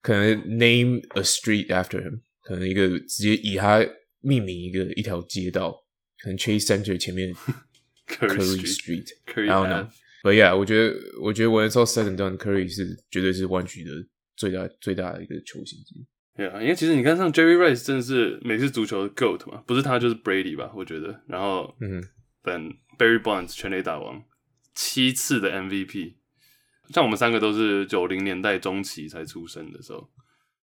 Speaker 4: 可能 name a street after him，可能一个直接以他命名一个一条街道，可能 Chase Center 前面
Speaker 2: Curry
Speaker 4: Curry
Speaker 2: Street
Speaker 4: Street。
Speaker 2: Curry
Speaker 4: I don't know.
Speaker 2: Ave
Speaker 4: But yeah，我觉得我觉得 When it's all said and done，Curry 是绝对是湾区的最大最大的一个球星之一。
Speaker 2: 对啊，因为其实你看，像 Jerry Rice 真的是美式足球的 GOAT 嘛，不是他就是 Brady 吧，我觉得。然后，
Speaker 4: 嗯哼，
Speaker 2: 等 Barry Bonds 全垒打王，七次的 MVP。像我们三个都是九零年代中期才出生的时候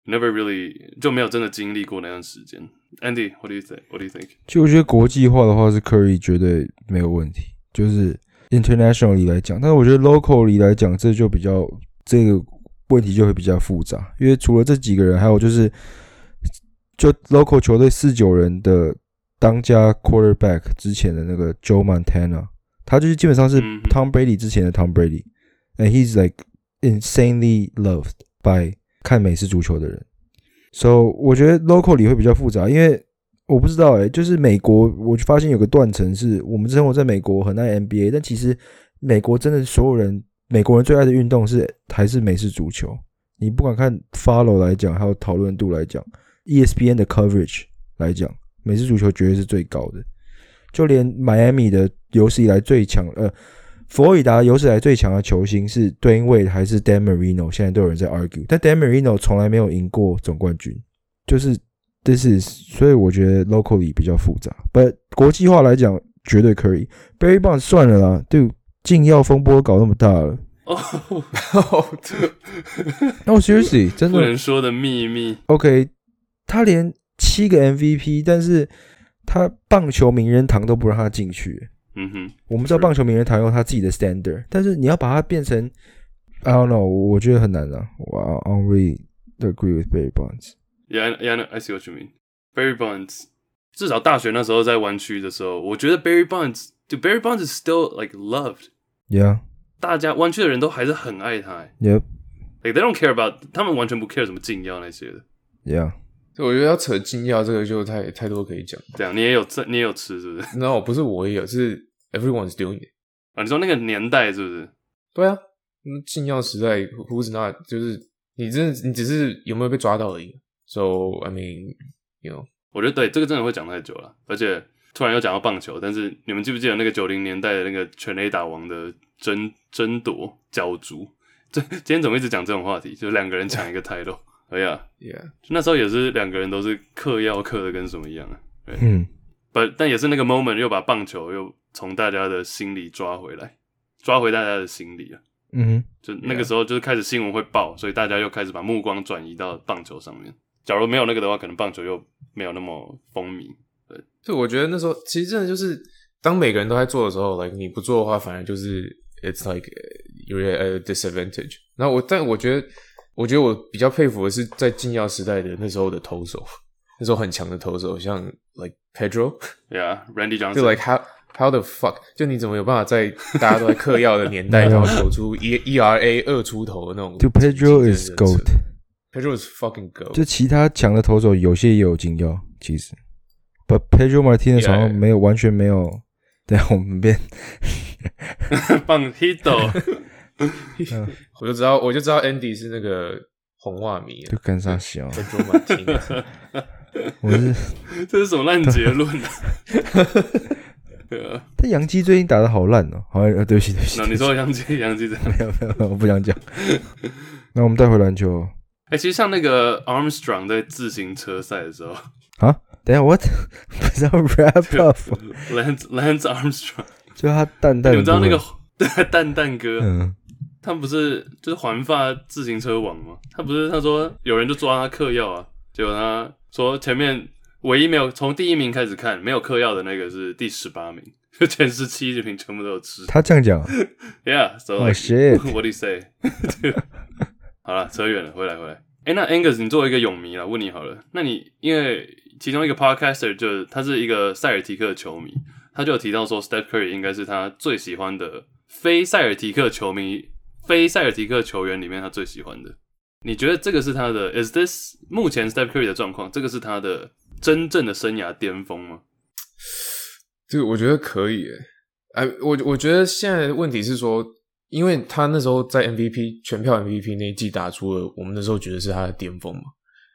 Speaker 2: ，never really 就没有真的经历过那段时间。Andy，what do you think？What do you think？
Speaker 3: 就我觉得国际化的话是 Curry 绝对没有问题，就是 internationally 来讲，但是我觉得 locally 来讲，这就比较这个问题就会比较复杂，因为除了这几个人，还有就是就 local 球队四九人的当家 quarterback 之前的那个 Joe Montana，他就是基本上是
Speaker 2: 嗯
Speaker 3: Tom Brady 之前的 Tom Brady，and he's like insanely loved by 看美式足球的人。So 我觉得 local 里会比较复杂，因为我不知道哎、就是美国，我就发现有个断层是我们生活在美国很爱 NBA，但其实美国真的所有人，美国人最爱的运动是还是美式足球。你不管看 follow 来讲，还有讨论度来讲，ESPN E 的 coverage 来讲，美式足球绝对是最高的。就连迈阿密的有史以来最强，呃，佛罗里达有史以来最强的球星是 Dwayne Wade 还是 Dan Marino，现在都有人在 argue，但 Dan Marino 从来没有赢过总冠军，就是 this is，所以我觉得 locally 比较复杂，but 国际化来讲绝对可以。Barry Bonds 算了啦，对禁药风波搞那么大了，
Speaker 2: 哦、
Speaker 4: 哦
Speaker 3: 那、我 seriously 真
Speaker 2: 不
Speaker 3: 的
Speaker 2: 能说的秘密。
Speaker 3: OK，他连七个 MVP，但是他棒球名人堂都不让他进去。
Speaker 2: 嗯哼，
Speaker 3: 我们知道棒球名人堂有他自己的 standard，但是你要把它变成，I don't know，我觉得很难啊。我 I don't really agree with Barry Bonds。
Speaker 2: Yeah, I- yeah, I know- I see what you mean. Barry Bonds，至少大学那时候在湾区的时候，我觉得 Barry Bonds，就 Barry Bonds is still like loved，
Speaker 3: Yeah,
Speaker 2: 大家湾区的人都还是很爱他、欸、
Speaker 3: yep,
Speaker 2: ，like they don't care about，他们完全不 care 什么禁药那些的。
Speaker 3: yeah。
Speaker 4: 所以我觉得要扯金亚这个就太太多可以讲。
Speaker 2: 这样你也有这，你也有吃是不是？
Speaker 4: No，不是我也有，是 everyone's doing it。
Speaker 2: 啊，你说那个年代是不是？
Speaker 4: 对啊，嗯禁药时代，who's not？就是你真的你只是有没有被抓到而已。So I mean，you know，
Speaker 2: 我觉得对这个真的会讲太久了，而且突然又讲到棒球，但是你们记不记得那个九零年代的那个全垒打王的争争夺角逐？这今天怎么一直讲这种话题？就两个人抢一个 title，哎呀，
Speaker 4: yeah，
Speaker 2: 就那时候也是两个人都是嗑药嗑的跟什么一样啊。
Speaker 3: 嗯，
Speaker 2: But 但也是那个 moment 又把棒球又从大家的心里抓回来，抓回大家的心里啊。
Speaker 3: 嗯
Speaker 2: 就那个时候就是开始新闻会爆，所以大家又开始把目光转移到棒球上面。假如没有那个的话，可能棒球又没有那么风靡。
Speaker 4: 对，我觉得那时候其实真的就是当每个人都在做的时候，like 你不做的话，反而就是 it's like you're at a disadvantage。然后我，但我觉得，我觉得我比较佩服的是在禁药时代的那时候的投手，那时候很强的投手，像 like Pedro，
Speaker 2: Yeah，Randy
Speaker 4: 就
Speaker 2: Johnson，
Speaker 4: like how how the fuck，就你怎么有办法在大家都在嗑药的 年代，然后投出 E E R A 二出头的那种
Speaker 3: ，To Pedro
Speaker 4: 竞争
Speaker 3: is
Speaker 4: 人
Speaker 3: goat。
Speaker 4: 生，Pedro is fucking goat。
Speaker 3: 就其他强的投手有些也有禁药，其实。But Pedro Martinez
Speaker 4: Yeah,
Speaker 3: 好像没有完全没有。 对，我们变
Speaker 2: 棒 Hito，
Speaker 4: 我就知道，我就知道 Andy 是那个红袜迷
Speaker 3: 就
Speaker 4: 了
Speaker 3: 跟上 小，
Speaker 4: ，Pedro Martinez。
Speaker 3: 我是。
Speaker 2: 这是什么烂结论啊？对啊，
Speaker 3: 但杨基最近打的好烂哦，好像呃，对不起，对不起，
Speaker 2: 那你说杨基，杨基这样
Speaker 3: 对不起没有没有，我不想讲。那我们带回篮球，
Speaker 2: 哎、其实像那个 Armstrong 在自行车赛的时候
Speaker 3: 啊，等一下 what 不是要 wrap up，吗
Speaker 2: ，Lance Lance Armstrong，
Speaker 3: 就他淡淡
Speaker 2: 你
Speaker 3: 的，
Speaker 2: 们知道那个 对蛋蛋哥，
Speaker 3: 嗯，
Speaker 2: 他不是就是环发自行车王吗？他不是他说有人就抓他嗑药啊，结果他说前面唯一没有从第一名开始看没有嗑药的那个是第十八名，就前十七名全部都有吃。
Speaker 3: 他这样讲啊，
Speaker 2: Yeah，so
Speaker 3: Oh,
Speaker 2: like,
Speaker 3: shit.
Speaker 2: what do you say？好了，扯远了，回来回来。哎、那 Angus，你作为一个泳迷啊，问你好了，那你因为其中一个 podcaster 就是他是一个塞尔提克的球迷，他就有提到说 Steph Curry 应该是他最喜欢的非塞尔提克球迷、非塞尔提克球员里面他最喜欢的。你觉得这个是他的？Is this 目前 Steph Curry 的状况？这个是他的真正的生涯巅峰吗？
Speaker 4: 对，我觉得可以耶。哎，我我觉得现在的问题是说，因为他那时候在 MVP 全票 MVP 那一季打出了我们那时候觉得是他的巅峰嘛，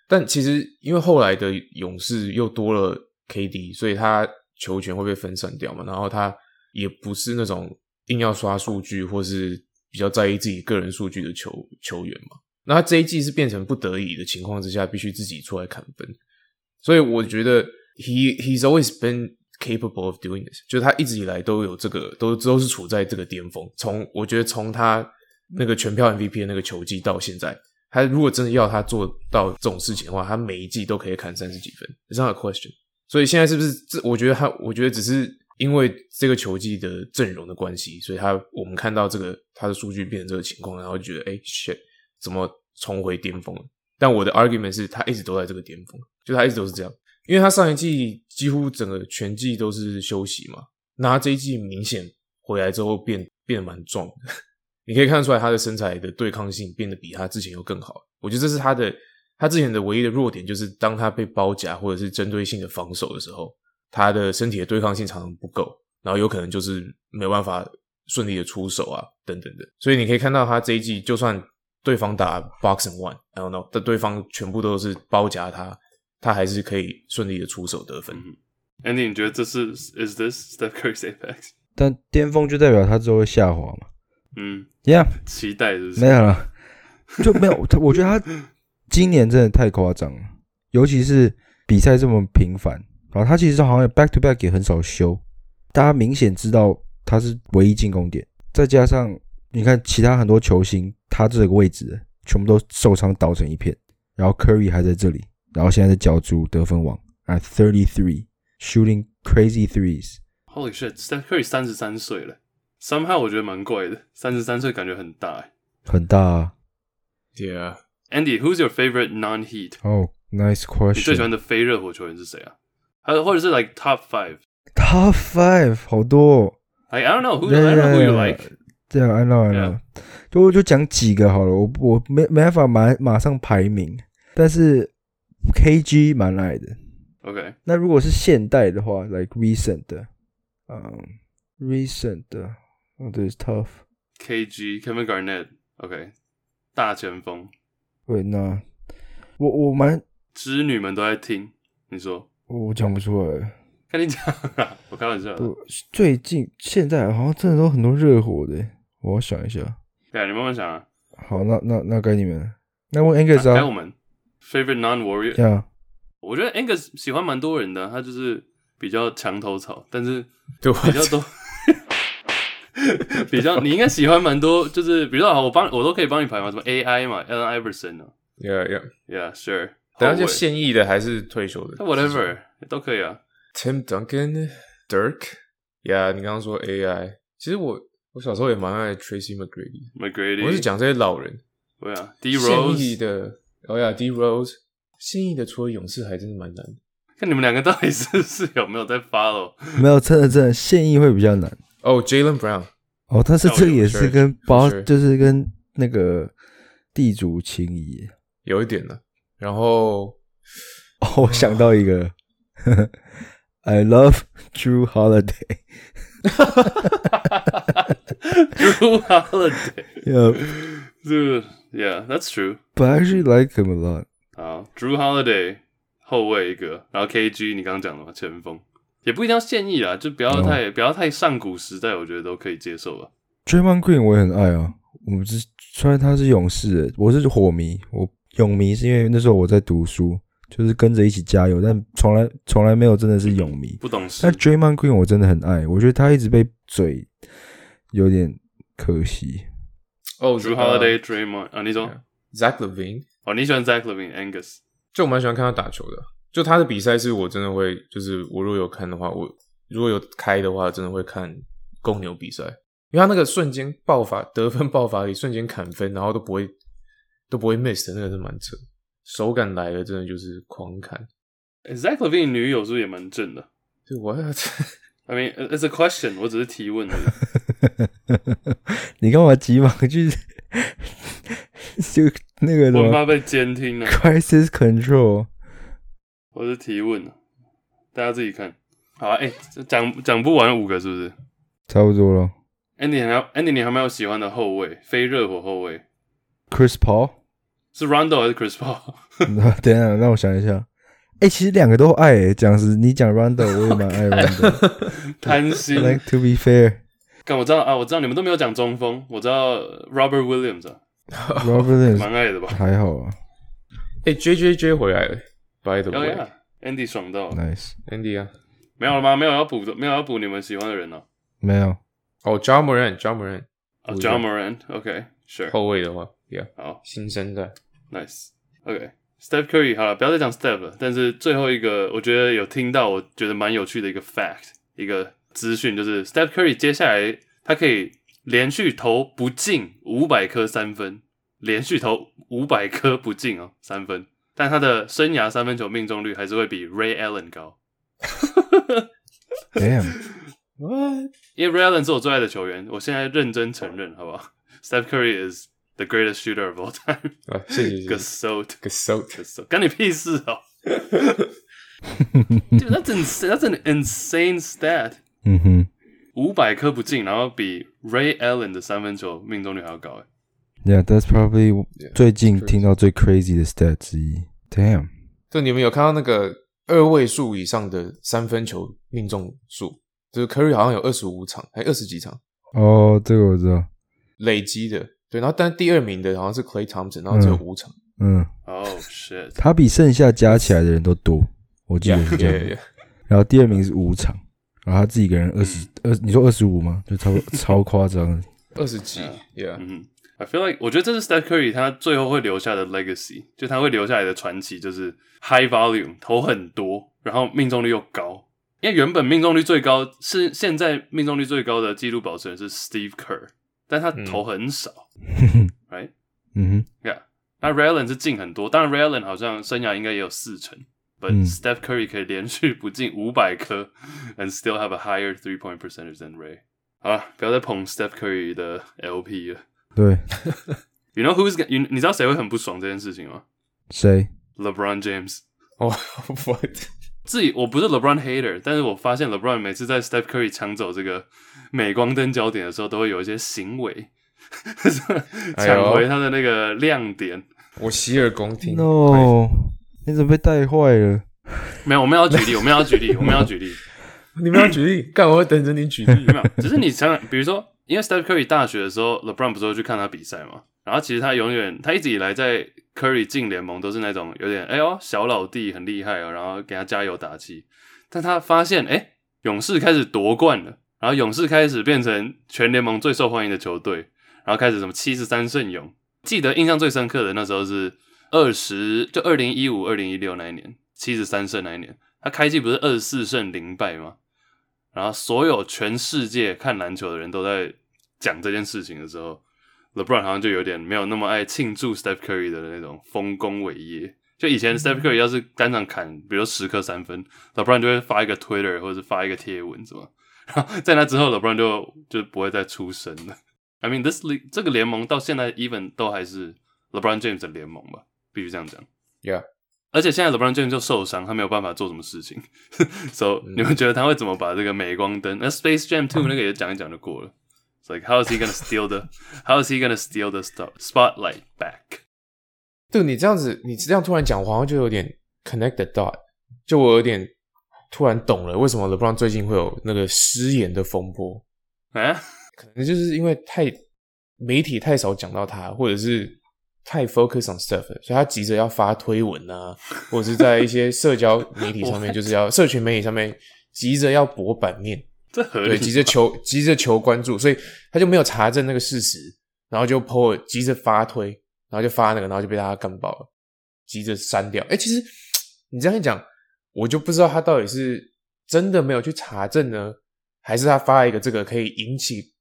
Speaker 4: 但其实因为后来的勇士又多了 KD，所以他球权会被分散掉嘛，然后他也不是那种硬要刷数据或是比较在意自己个人数据的球球员嘛，那他这一季是变成不得已的情况之下，必须自己出来砍分，所以我觉得 he he's always been capable of doing this，就是他一直以来都有这个都都是处在这个巅峰。从我觉得从他那个全票 MVP 的那个球季到现在，他如果真的要他做到这种事情的话，他每一季都可以砍三十几分，It's not a question。所以现在是不是这？我觉得他，我觉得只是因为这个球季的阵容的关系，所以他我们看到这个他的数据变成这个情况，然后就觉得哎、shit，怎么重回巅峰了？但我的 argument 是他一直都在这个巅峰，就他一直都是这样，因为他上一季几乎整个全季都是休息嘛，那他这一季明显回来之后变变得蛮壮的， 你可以看得出来他的身材的对抗性变得比他之前又更好，我觉得这是他的他之前的唯一的弱点，就是当他被包夹或者是针对性的防守的时候，他的身体的对抗性常常不够，然后有可能就是没有办法顺利的出手啊，等等的。所以你可以看到他这一季，就算对方打 box and one，I don't know，但对方全部都是包夹他，他还是可以顺利的出手得
Speaker 2: 嗯
Speaker 4: 分。
Speaker 2: Andy，你觉得这是 Is this Steph Curry's apex？
Speaker 3: 但巅峰就代表他之后会下滑嘛
Speaker 2: 嗯，
Speaker 3: ，Yeah，
Speaker 2: 期待是不是？
Speaker 3: 没有了，就没有。他我觉得他今年真的太夸张了，尤其是比赛这么频繁，然后他其实好像 back to back 也很少休，大家明显知道他是唯一进攻点，再加上你看其他很多球星，他这个位置全部都受伤倒成一片，然后 Curry 还在这里，然后现在是角逐得分王，at thirty three shooting crazy threes。
Speaker 2: Holy shit，Steph Curry 三十三岁了，somehow 我觉得蛮怪的，三十三岁感觉很大欸。
Speaker 3: 很大啊
Speaker 4: Yeah，啊
Speaker 2: Andy，who's your favorite non-Heat？
Speaker 3: 哦、n i c e
Speaker 2: 你最喜
Speaker 3: question。
Speaker 2: 欢的非热火球员是谁啊？还有或者是 like top five？Like
Speaker 3: Top five 好多、哦，
Speaker 2: I don't know who，I don't know who you
Speaker 3: Yeah, yeah, yeah.
Speaker 2: like。
Speaker 3: 对啊，I know I know，、就我就讲几个好了，我我没没办法马马上排名，但是 KG 蛮爱的。
Speaker 2: OK，
Speaker 3: 那如果是现代的话，like recent 的，嗯，recent 的，哦对，tough，
Speaker 2: KG Kevin Garnett，OK，、大前锋，
Speaker 3: 对，那我我蛮
Speaker 2: 织女们都在听。你说，
Speaker 3: 我讲不出来，
Speaker 2: 跟你讲啊， 我开玩笑的。
Speaker 3: 不，最近现在好像真的都很多热火的，我要想一下。
Speaker 2: 对啊，你慢慢想啊。
Speaker 3: 好，那那那该你们了，那问
Speaker 2: 啊
Speaker 3: Angus
Speaker 2: 还有我
Speaker 3: 啊，
Speaker 2: 们 favorite non-warrior，
Speaker 3: 这样
Speaker 2: 我觉得 Angus 喜欢蛮多人的，啊他就是比较墙头草，但是
Speaker 4: 对，
Speaker 2: 比较多， 比较你应该喜欢蛮多，就是比较好，我帮我都可以帮你排嘛，什么 AI 嘛，Allen Iverson 啊
Speaker 4: Yeah Yeah，
Speaker 2: ，Yeah，sure，
Speaker 4: 等下就现役的还是退休的
Speaker 2: 后卫 whatever 都可以啊。
Speaker 4: Tim Duncan、Dirk。Yeah，你刚刚说 AI，其实我我小时候也蛮爱 Tracy McGrady，
Speaker 2: McGrady，
Speaker 4: 我是讲这些老人。
Speaker 2: 对啊，D
Speaker 4: 现
Speaker 2: Rose，
Speaker 4: 役的，哦呀，D Rose，现役的除了勇士还真的蛮难的。
Speaker 2: 看你们两个到底是是有没有在 follow？
Speaker 3: 没有，真的真的现役会比较难。
Speaker 4: 哦、j a l e n Brown，
Speaker 3: 哦，但是
Speaker 2: 那我就
Speaker 3: 这个
Speaker 2: 不
Speaker 3: 也
Speaker 4: 确
Speaker 3: 是
Speaker 4: 认
Speaker 3: 跟
Speaker 4: 不
Speaker 3: 包，
Speaker 4: 确认
Speaker 3: 就是跟那个地主情谊。
Speaker 4: 有一点呢。然后
Speaker 3: 哦，我想到一个，I love Drew Holiday，
Speaker 2: Drew Holiday，
Speaker 3: yeah，
Speaker 2: 是，Yeah，that's true。
Speaker 3: but I actually like him a lot。
Speaker 2: 好，Drew Holiday 后卫一个，然后 KG 你刚刚讲的嘛，前锋也不一定要现役啦，就不
Speaker 4: 哦
Speaker 2: 要太、不要太上古时代，我觉得都可以接受吧。
Speaker 3: 啊 Draymond Green 我也很爱啊，我们是虽然他是勇士的，我是火迷，我泳迷是因为那时候我在读书，就是跟着一起加油，但从来从来没有真的是泳迷。
Speaker 2: 不懂事
Speaker 3: 那。Draymond Green 我真的很爱，我觉得他一直被嘴有点可惜。
Speaker 4: 哦
Speaker 2: Drew
Speaker 4: 呃
Speaker 2: Holiday、Draymond 啊，你说
Speaker 4: Zach Levine，
Speaker 2: 哦，你喜欢 Zach Levine、Angus？
Speaker 4: 就我蛮喜欢看他打球的。就他的比赛是我真的会，就是我如果有看的话，我如果有开的话，真的会看公牛比赛，因为他那个瞬间爆发得分爆发力，瞬间砍分，然后都不会都不会 miss 的那个是蛮扯，手感来了真的就是狂砍。
Speaker 2: 诶 Zach Levine 女友是不是也蛮正的
Speaker 4: 对，我
Speaker 2: ？I mean, 呃 it's a question，我只是提问而 已。
Speaker 3: 你干嘛急忙去 就那个什
Speaker 2: 我很
Speaker 3: 么
Speaker 2: 怕被监听呢、
Speaker 3: crisis control？
Speaker 2: 我是提问、啊，大家自己看。好、啊，哎、讲讲不完五个是不是
Speaker 3: 差不多了。
Speaker 2: ？Andy 还要 Andy，你还没有喜欢的后卫，非热火后卫
Speaker 3: Chris Paul，
Speaker 2: 是 Rondo 还是 Chris Paul？
Speaker 3: 那等一下让我想一下。哎、其实两个都爱、欸。讲实，你讲 Rondo，我也蛮爱 Rondo。
Speaker 2: 贪心，
Speaker 3: like to be fair，Robert
Speaker 2: 看我知道啊，我知道你们都没有讲中锋，我知道呃 Robert Williams 啊，
Speaker 3: Williams
Speaker 2: 蛮爱的吧？
Speaker 3: 还好啊
Speaker 4: 哎、j J J 回来了，By the
Speaker 2: 有
Speaker 4: way，Andy
Speaker 2: 呀，Andy Oh 爽到了，
Speaker 3: ，nice。
Speaker 4: 啊，
Speaker 2: 没有了吗？没有要补的，没有要补你们喜欢的人哦。
Speaker 3: 没有，
Speaker 4: 哦、j o h n Moran，John Moran
Speaker 2: 啊
Speaker 4: 不一
Speaker 2: ，John
Speaker 4: 样
Speaker 2: Moran，OK，Sure，
Speaker 4: 后卫的话，Yeah，
Speaker 2: 好
Speaker 4: 新生代。
Speaker 2: ，Nice，OK，Steph Curry，好了，不要再讲 Steph 了，但是最后一个我觉得有听到，我觉得蛮有趣的一个 fact，一个资讯就是 Steph Curry 接下来他可以连续投不进五百颗三分，连续投五百颗不进哦三分，但他的生涯三分球命中率还是会比 Ray Allen 高。
Speaker 3: damn，
Speaker 4: What？
Speaker 2: 因为 Ray Allen 是我最爱的球员，我现在认真承认，好不好？Steph Curry is the greatest shooter of all time.
Speaker 4: 啊，谢谢
Speaker 2: g
Speaker 4: 谢
Speaker 2: a
Speaker 4: 谢
Speaker 2: s o t
Speaker 4: g a s o
Speaker 2: g a s o t 干你屁事哦！Dude, that's insane. That's an insane stat.
Speaker 3: 嗯哼
Speaker 2: 五百颗不进，然后比 Ray Allen 的三分球命中率还要高。欸
Speaker 3: ，yeah，that's probably 最近
Speaker 4: crazy
Speaker 3: 听到最 crazy 的 stat 之一，damn，
Speaker 4: 就你们有看到那个二位数以上的三分球命中数，就是 Curry 好像有二十五场，还哎二十几场
Speaker 3: 哦，这个我知道，
Speaker 4: 累积的。对，然后但第二名的好像是 Clay Thompson，然后只有五 场。
Speaker 3: 嗯，
Speaker 2: Oh shit！
Speaker 3: 他比剩下加起来的人都多，我记得是这
Speaker 4: Yeah, yeah,
Speaker 3: 样
Speaker 4: yeah.。
Speaker 3: 然后第二名是五场，然后他自己一个
Speaker 2: 嗯
Speaker 3: 人二十二，你说二十五吗？就超超夸张的，
Speaker 4: 二十几，Yeah，
Speaker 2: 嗯，I feel like 我觉得这是 Steph Curry 他最后会留下的 legacy，就他会留下来的传奇，就是 high volume 投很多，然后命中率又高。因为原本命中率最高是现在命中率最高的纪录保持人是 Steve Kerr，但他投很少、r i g h t
Speaker 3: 嗯
Speaker 2: Yeah，那 Raylan 是进很多，当然 Raylan 好像生涯应该也有四成，But、
Speaker 3: 嗯
Speaker 2: Steph Curry 可以连续不进五百颗，and still have a higher three point percentage than Ray。好了，不要再捧 Steph Curry 的 LP 了。
Speaker 3: 哼，对，
Speaker 2: You know who's gonna- you, 你知道谁会很不爽这件事情吗
Speaker 3: 谁？
Speaker 2: ？LeBron James。
Speaker 4: 哦、oh,，What？
Speaker 2: 自己我不是 LeBron hater，但是我发现 LeBron 每次在 Steph Curry 抢走这个镁光灯焦点的时候，都会有一些行为，
Speaker 4: 哎呦
Speaker 2: 抢回他的那个亮点。
Speaker 4: 我洗耳恭听。
Speaker 3: No，你怎么被带坏了？
Speaker 2: 没有，我们要举例，我们要举例，我们要举例。
Speaker 4: 你们要举例， 干，我会等着你举例。
Speaker 2: 没有，只是你想想，比如说，因为 Steph Curry 大学的时候，LeBron 不是会去看他比赛嘛？然后其实他永远，他一直以来在 Curry 进联盟都是那种有点哎呦小老弟很厉害哦，然后给他加油打气。但他发现，哎，勇士开始夺冠了，然后勇士开始变成全联盟最受欢迎的球队，然后开始什么七十三胜勇。记得印象最深刻的那时候是二十，就二零一五、二零一六那一年，七十三胜那一年，他开季不是二十四胜零败吗？然后所有全世界看篮球的人都在讲这件事情的时候，LeBron 好像就有点没有那么爱庆祝 Steph Curry 的那种丰功伟业。就以前 Steph Curry 要是单场砍，比如十颗三分，LeBron 就会发一个 Twitter 或者是发一个贴文，什么。然后在那之后，LeBron 就就不会再出声了。I mean, this league 这个联盟到现在 even 都还是 LeBron James 的联盟吧，必须这样讲。
Speaker 4: Yeah，
Speaker 2: 而且现在 LeBron James 就受伤，他没有办法做什么事情。so、
Speaker 4: 嗯
Speaker 2: 你们觉得他会怎么把这个镁光灯？那 Space Jam Two 那个也讲一讲就过了。It's like how is he gonna steal the how is he gonna steal the star spotlight back？
Speaker 4: 对你这样子，你这样突然讲，我好像就有点 connect the dot，就我有点突然懂了，为什么 LeBron 最近会有那个失言的风波。
Speaker 2: 啊
Speaker 4: 可能就是因为太媒体太少讲到他，或者是太 focus on stuff 了，所以他急着要发推文啊，或者是在一些社交媒体上面，就是要社群媒体上面急着要博版面，
Speaker 2: 这合理
Speaker 4: 对，
Speaker 2: 吗？
Speaker 4: 急着求急着求关注，所以他就没有查证那个事实，然后就 po 了急着发推，然后就发那个，然后就被大家干爆了，急着删掉。哎、其实你这样一讲，我就不知道他到底是真的没有去查证呢，还是他发了一个这个可以引起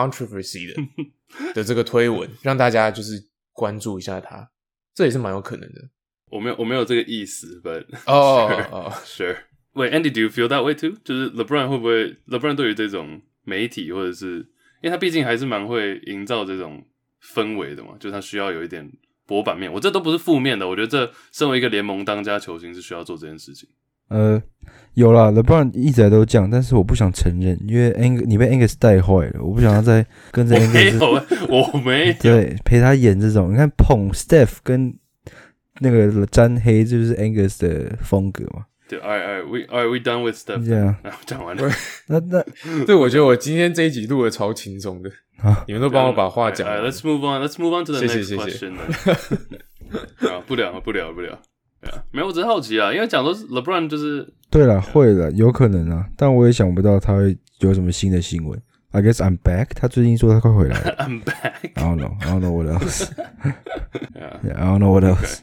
Speaker 4: controversy 的的这个推文，让大家就是关注一下他，这也是蛮有可能的。
Speaker 2: 我没有我没有这个意思，but
Speaker 4: 哦
Speaker 2: sure,
Speaker 4: 哦
Speaker 2: sure。Wait, Andy, do you feel that way too？就是 LeBron 会不会 LeBron 对于这种媒体或者是，因为他毕竟还是蛮会营造这种氛围的嘛，就是他需要有一点博版面。我这都不是负面的，我觉得这身为一个联盟当家球星是需要做这件事情。
Speaker 3: 呃，有啦，LeBron 一直来都这样，但是我不想承认，因为 Ang 你被 Angus 带坏了，我不想 要再跟着
Speaker 2: 我没有，
Speaker 3: Angus
Speaker 2: 我没 有。
Speaker 3: 对陪他演这种。你看捧 Steph 跟那个詹黑，这就是 Angus 的风格嘛？
Speaker 2: 对，二二 we 二 we done with stuff。
Speaker 3: 这样，
Speaker 4: Mm.
Speaker 2: 然后 讲完了，
Speaker 3: 那那
Speaker 4: 对，我觉得我今天这一集录的超轻松的
Speaker 3: 啊，
Speaker 4: 你们都 帮我把话讲完
Speaker 2: Alright,
Speaker 4: 了。
Speaker 2: Let's move on. Let's move on to the
Speaker 4: 谢谢
Speaker 2: next
Speaker 4: 谢谢
Speaker 2: question. 啊，不聊了，不聊了，不聊了。对啊没有，我只是好奇啊，因为讲都是 LeBron 就是
Speaker 3: 对了，会了，有可能啊，但我也想不到他会有什么新的新闻。I guess I'm back。他最近说他快回来了。
Speaker 2: I'm back。
Speaker 3: I don't know. I don't know what else.
Speaker 2: Yeah.
Speaker 3: Yeah, I don't know what else.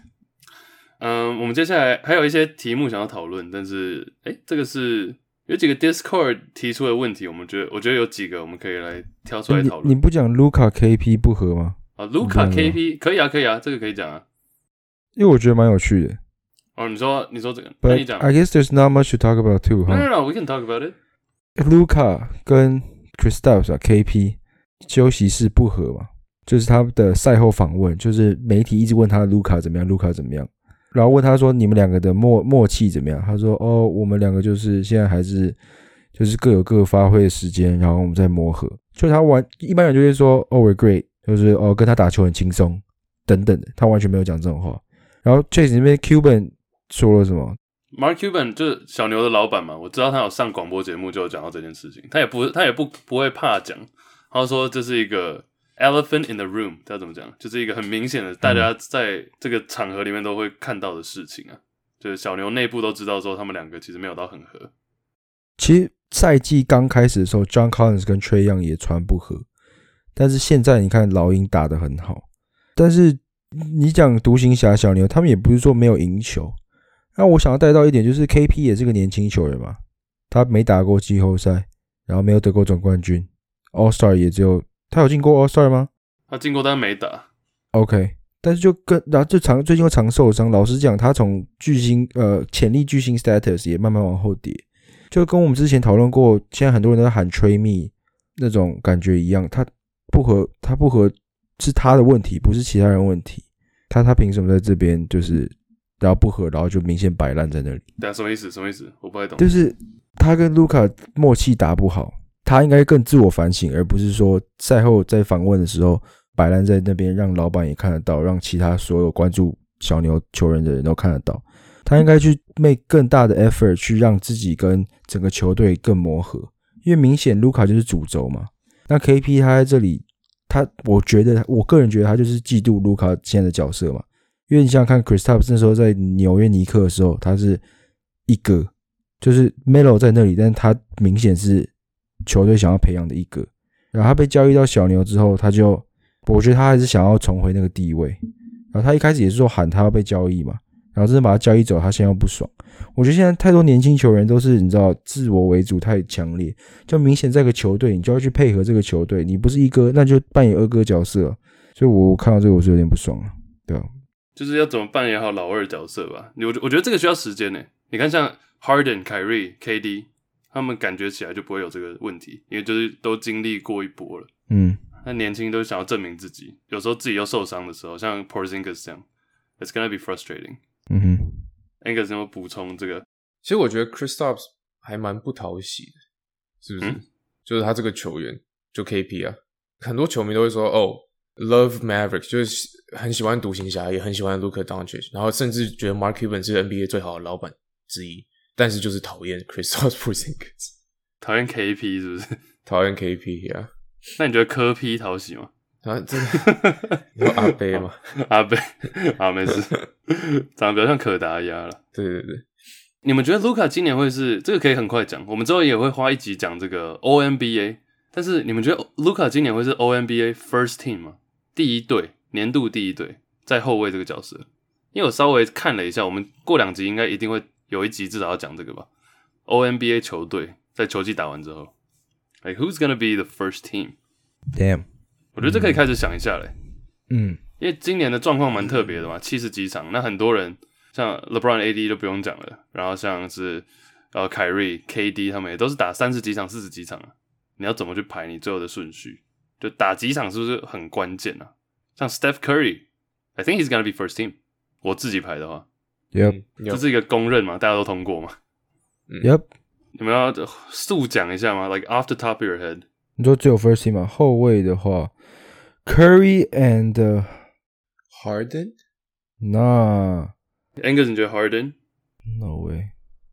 Speaker 2: 嗯，我们接下来还有一些题目想要讨论，但是哎，这个是有几个 Discord 提出的问题，我们觉得我觉得有几个我们可以来挑出来讨
Speaker 4: 嗯
Speaker 3: 你你
Speaker 2: 论。
Speaker 3: 不讲 Luca KP 不合吗？
Speaker 2: 啊
Speaker 3: 你
Speaker 2: ，Luca
Speaker 3: 不能
Speaker 2: KP 可以啊，可以啊，这个可以讲啊。
Speaker 3: 因为我觉得蛮有趣的。
Speaker 2: 哦，你说你说这个，那你
Speaker 3: But
Speaker 2: 讲。
Speaker 3: I guess there's not much to talk about too.
Speaker 2: No,
Speaker 3: huh?
Speaker 2: no, no. We can talk about it.
Speaker 3: Luca 跟 Kristaps 啊 KP 休息室不合嘛，就是他的赛后访问，就是媒体一直问他 Luca 怎么样，Luca 怎么样，然后问他说你们两个的默默契怎么样？他说哦，我们两个就是现在还是就是各有各发挥的时间，然后我们再磨合。就他玩一般人就会说哦，we're great，就是哦跟他打球很轻松等等的，他完全没有讲这种话。然后 Chase 那边 Cuban 说了什么？
Speaker 2: Mark Cuban 就是小牛的老板嘛，我知道他有上广播节目，就有讲到这件事情。他也不他也不不会怕讲，他说这是一个 elephant in the room，他怎么讲？就是一个很明显的，大
Speaker 3: 嗯
Speaker 2: 家在这个场合里面都会看到的事情啊。就是小牛内部都知道说他们两个其实没有到很合。
Speaker 3: 其实赛季刚开始的时候，John Collins 跟 Trey Young 也传不合，但是现在你看老鹰打得很好，但是你讲独行侠小牛，他们也不是说没有赢球。那我想要带到一点就是，KP 也是个年轻球员嘛，他没打过季后赛，然后没有得过总冠军，All Star 也只有他有进过 All Star 吗
Speaker 2: 他进过但没打，
Speaker 3: ？OK，但是就跟然后就常最近又常受伤，老实讲，他从巨星呃潜力巨星 status 也慢慢往后跌。就跟我们之前讨论过，现在很多人都在喊吹密那种感觉一样，他不合，他不合是他的问题，不是其他人问题。他他凭什么在这边就是，然后不合，然后就明显摆烂在那里？
Speaker 2: 对啊，什么意思？什么意思？我不太懂。
Speaker 3: 就是他跟卢卡默契打不好，他应该更自我反省，而不是说赛后在访问的时候摆烂在那边，让老板也看得到，让其他所有关注小牛球员的人都看得到。他应该去 make 更大的 effort 去让自己跟整个球队更磨合，因为明显卢卡就是主轴嘛。那 KP 他在这里，他我觉得我个人觉得他就是嫉妒卢卡现在的角色嘛。因为你想想看，Chris t a p 那时候在纽约尼克的时候，他是一个就是 Melo 在那里，但他明显是球队想要培养的一个。然后他被交易到小牛之后，他就我觉得他还是想要重回那个地位。然后他一开始也是说喊他要被交易嘛，然后真的把他交易走，他现在又不爽。我觉得现在太多年轻球员都是你知道自我为主太强烈，就明显在个球队你就要去配合这个球队，你不是一哥那就扮演二哥角色。所以我看到这个我是有点不爽了，对啊吧、
Speaker 2: 就是要怎么扮演好老二角色吧。你我我觉得这个需要时间呢、你看像 Harden、凯瑞、KD，他们感觉起来就不会有这个问题，因为就是都经历过一波了。
Speaker 3: 嗯，
Speaker 2: 那年轻都想要证明自己，有时候自己又受伤的时候，像 Porzingis 这样，It's gonna be frustrating。
Speaker 3: 嗯哼，
Speaker 2: Angus 有没有补充这个？
Speaker 4: 其实我觉得 Kristaps 还蛮不讨喜的，是不是？
Speaker 2: 嗯
Speaker 4: 就是他这个球员，就 KP 啊，很多球迷都会说哦，Love Maverick，就是喜很喜欢独行侠，也很喜欢 Luka Doncic，然后甚至觉得 Mark Cuban 是 NBA 最好的老板之一，但是就是讨厌 Kristaps Porzingis，
Speaker 2: 讨厌 KP 是不是？
Speaker 4: 讨厌 KP 啊。
Speaker 2: 那你觉得科 P 讨喜吗？
Speaker 4: 然后这 个你说阿贝嘛，
Speaker 2: 阿贝啊，没事，长得比较像可达啊鸭了。
Speaker 4: 对对对，
Speaker 2: 你们觉得卢卡今年会是这个可以很快讲，我们之后也会花一集讲这个 OMBA。但是你们觉得卢卡今年会是 OMBA First Team 吗？第一队，年度第一队，在后卫这个角色。因为我稍微看了一下，我们过两集应该一定会有一集至少要讲这个吧。OMBA 球队在球季打完之后，like who's gonna be the first team？
Speaker 3: Damn，
Speaker 2: 我觉得这可以开始想一下嘞。
Speaker 3: 嗯，
Speaker 2: 因为今年的状况蛮特别的嘛，七十几场，那很多人像 LeBron、AD 就不用讲了，然后像是呃凯瑞、KD 他们也都是打三十几场、四十几场啊。你要怎么去排你最后的顺序？就打几场是不是很关键啊？像 Steph Curry，I think he's gonna be first team。我自己排的话，
Speaker 3: yep
Speaker 4: 嗯有
Speaker 2: 这是一个公认嘛，大家都通过嘛。
Speaker 3: yep，
Speaker 2: 你们要速讲一下吗？Like off the top of your head，
Speaker 3: 你说只有 first team 吗？后卫的话，Curry and、
Speaker 4: Harden，
Speaker 3: 那
Speaker 2: Angus 你觉得 Harden？
Speaker 3: no way，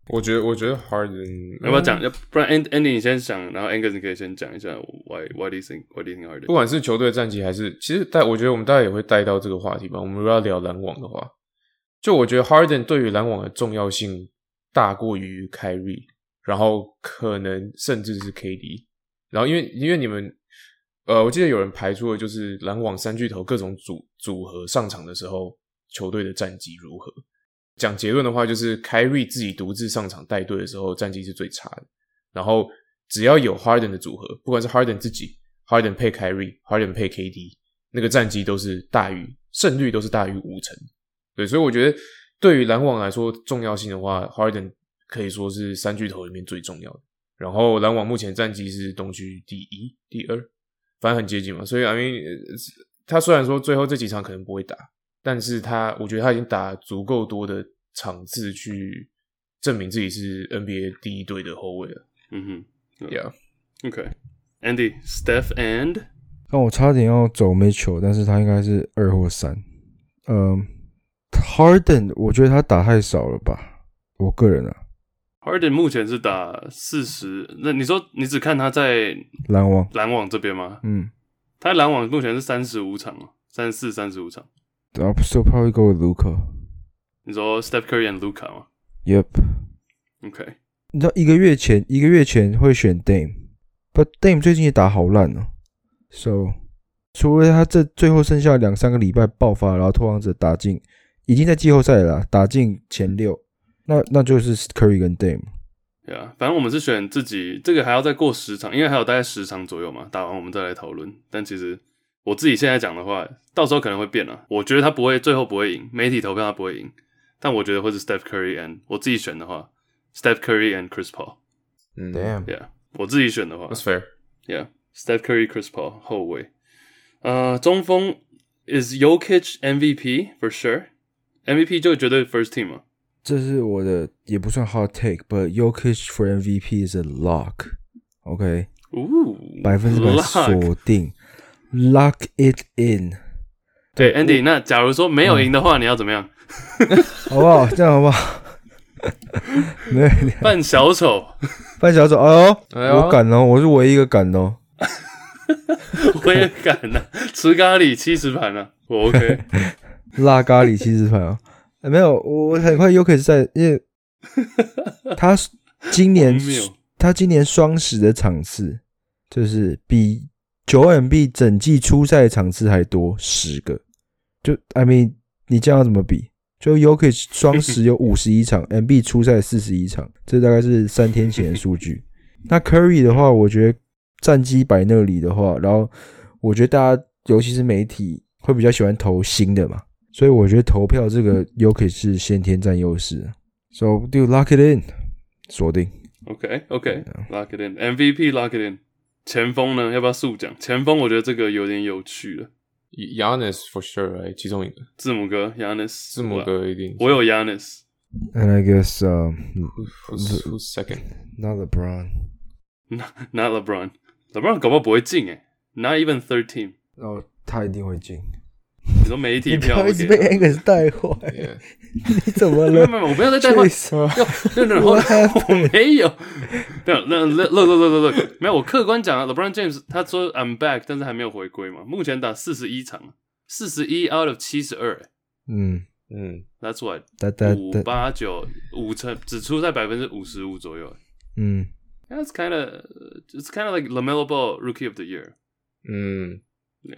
Speaker 4: 我觉得我觉得 Harden
Speaker 2: 要不要讲？要不然 Andy Andy 你先想，然后 Angus 你可以先讲一下 Why Why do you think Why do you think Harden？
Speaker 4: 不管是球队战绩还是，其实带我觉得我们大家也会带到这个话题吧。我们如果要聊篮网的话，就我觉得 Harden 对于篮网的重要性大过于 Kyrie，然后可能甚至是 KD。然后因为因为你们，呃，我记得有人排出的就是篮网三巨头各种组组合上场的时候，球队的战绩如何。讲结论的话，就是凯瑞自己独自上场带队的时候，战绩是最差的。然后只要有 Harden 的组合，不管是 Harden 自己、Harden 配 Kyrie，Harden 配 KD，那个战绩都是大于胜率都是大于五成。对，所以我觉得对于篮网来说重要性的话，Harden 可以说是三巨头里面最重要的。然后篮网目前战绩是东区第一、第二，反正很接近嘛。所以 I mean，呃他虽然说最后这几场可能不会打，但是他我觉得他已经打足够多的场次去证明自己是 NBA 第一队的后卫了。
Speaker 2: 嗯哼
Speaker 4: Yeah，
Speaker 2: ，Yeah，OK。Andy、Steph and
Speaker 3: 但我差点要走 Mitchell，但是他应该是二或三。嗯，Harden，我觉得他打太少了吧，我个人啊，
Speaker 2: Harden 目前是打四十，那你说你只看他在
Speaker 3: 篮网，
Speaker 2: 篮网这边吗？
Speaker 3: 嗯
Speaker 2: 他在篮网目前是三十五场哦三十四、三十五场。
Speaker 3: ，I'll still probably go with Luca，Yep。
Speaker 2: 你说 Steph Curry and Luca 吗？OK，
Speaker 3: 你知道一个月前一个月前会选 Dame，but Dame 最近也打好烂哦，so 除非他这最后剩下两三个礼拜爆发，然后拓荒者打进，已经在季后赛了啦，打进前六，那那就是 Curry 跟 Dame。
Speaker 2: 对啊，反正我们是选自己，这个还要再过十场，因为还有大概十场左右嘛，打完我们再来讨论。但其实我自己现在讲的话，到时候可能会变了。我觉得他不会，最后不会赢，媒体投票他不会赢，但我觉得会是 Steph Curry and 我自己选的话，Steph Curry and Chris Paul。
Speaker 4: 嗯
Speaker 2: Yeah，我自己选的话
Speaker 4: That's fair。
Speaker 2: ，Yeah，Steph Curry、Chris Paul 后卫，呃，中锋 is Jokic MVP for sure，MVP 就绝对 first team 嘛。
Speaker 3: 这是我的也不算 hot take，but Jokic for MVP is a lock，OK，、
Speaker 2: 哦，
Speaker 3: 百分之百
Speaker 2: Luck
Speaker 3: 锁定，lock it in，
Speaker 4: 对
Speaker 2: Andy，那假如说没有赢的话，你要怎么样？
Speaker 3: 好不好？这样好不好？ 没有
Speaker 2: 扮小 丑，
Speaker 3: 范小丑，哎呦，
Speaker 4: 哎呦
Speaker 3: 我敢哦，我是唯一一个敢的哦。
Speaker 2: 我也敢呐、吃咖喱七十盘啊，我 OK。
Speaker 3: 辣咖喱七十盘啊、哎没有，我我很快又可以在，因为他今年
Speaker 2: 荒谬
Speaker 3: 他今年双十的场次就是比九 MB 整季初赛的场次还多十个，就 I mean 你这样要怎么比？就 u k 双十有五十一场，MB 初赛四十一场，这大概是三天前的数据。那 Curry 的话，我觉得战绩摆那里的话，然后我觉得大家尤其是媒体会比较喜欢投新的嘛，所以我觉得投票这个 u k 是先天占优势。So do lock it in，锁定。
Speaker 2: OK OK，lock、it in，MVP lock it in。前锋呢？要不要速讲？前锋我觉得这个有点有趣了。
Speaker 4: Yanis for sure，、right? 其中一个
Speaker 2: 字母哥 Yanis，字
Speaker 4: 字母，哥一定。
Speaker 2: 我有 Yanis。
Speaker 3: And I guess um
Speaker 4: Who's, who's second？
Speaker 3: not LeBron.
Speaker 2: Not LeBron，LeBron 搞不好不会进诶、n o t even thirteen。
Speaker 3: 哦，他一定会进。
Speaker 2: 你说媒体
Speaker 3: 你不
Speaker 2: 票
Speaker 3: 要
Speaker 2: 我
Speaker 3: 一
Speaker 2: 给
Speaker 3: 直
Speaker 2: 他
Speaker 3: 被 Angus 带 坏，
Speaker 4: Yeah
Speaker 3: 你怎么
Speaker 2: 没有
Speaker 3: 了
Speaker 2: 没有，我没有在带话。
Speaker 3: ？Trace，
Speaker 2: 那然后我没有，那那那 look look look look look，没有，我客观讲啊，LeBron James 他说 I'm back，但是还没有回归嘛，目前打四十一场，四十一 out of 七十二
Speaker 3: 嗯，
Speaker 4: 嗯，
Speaker 2: ，That's what
Speaker 3: 哒哒
Speaker 2: 五
Speaker 3: 哒，
Speaker 2: 八九五成，只出在百分之五十五左右。
Speaker 3: 嗯
Speaker 2: That's kind of it's kind of like Lamelo Ball Rookie of the Year。
Speaker 4: 嗯，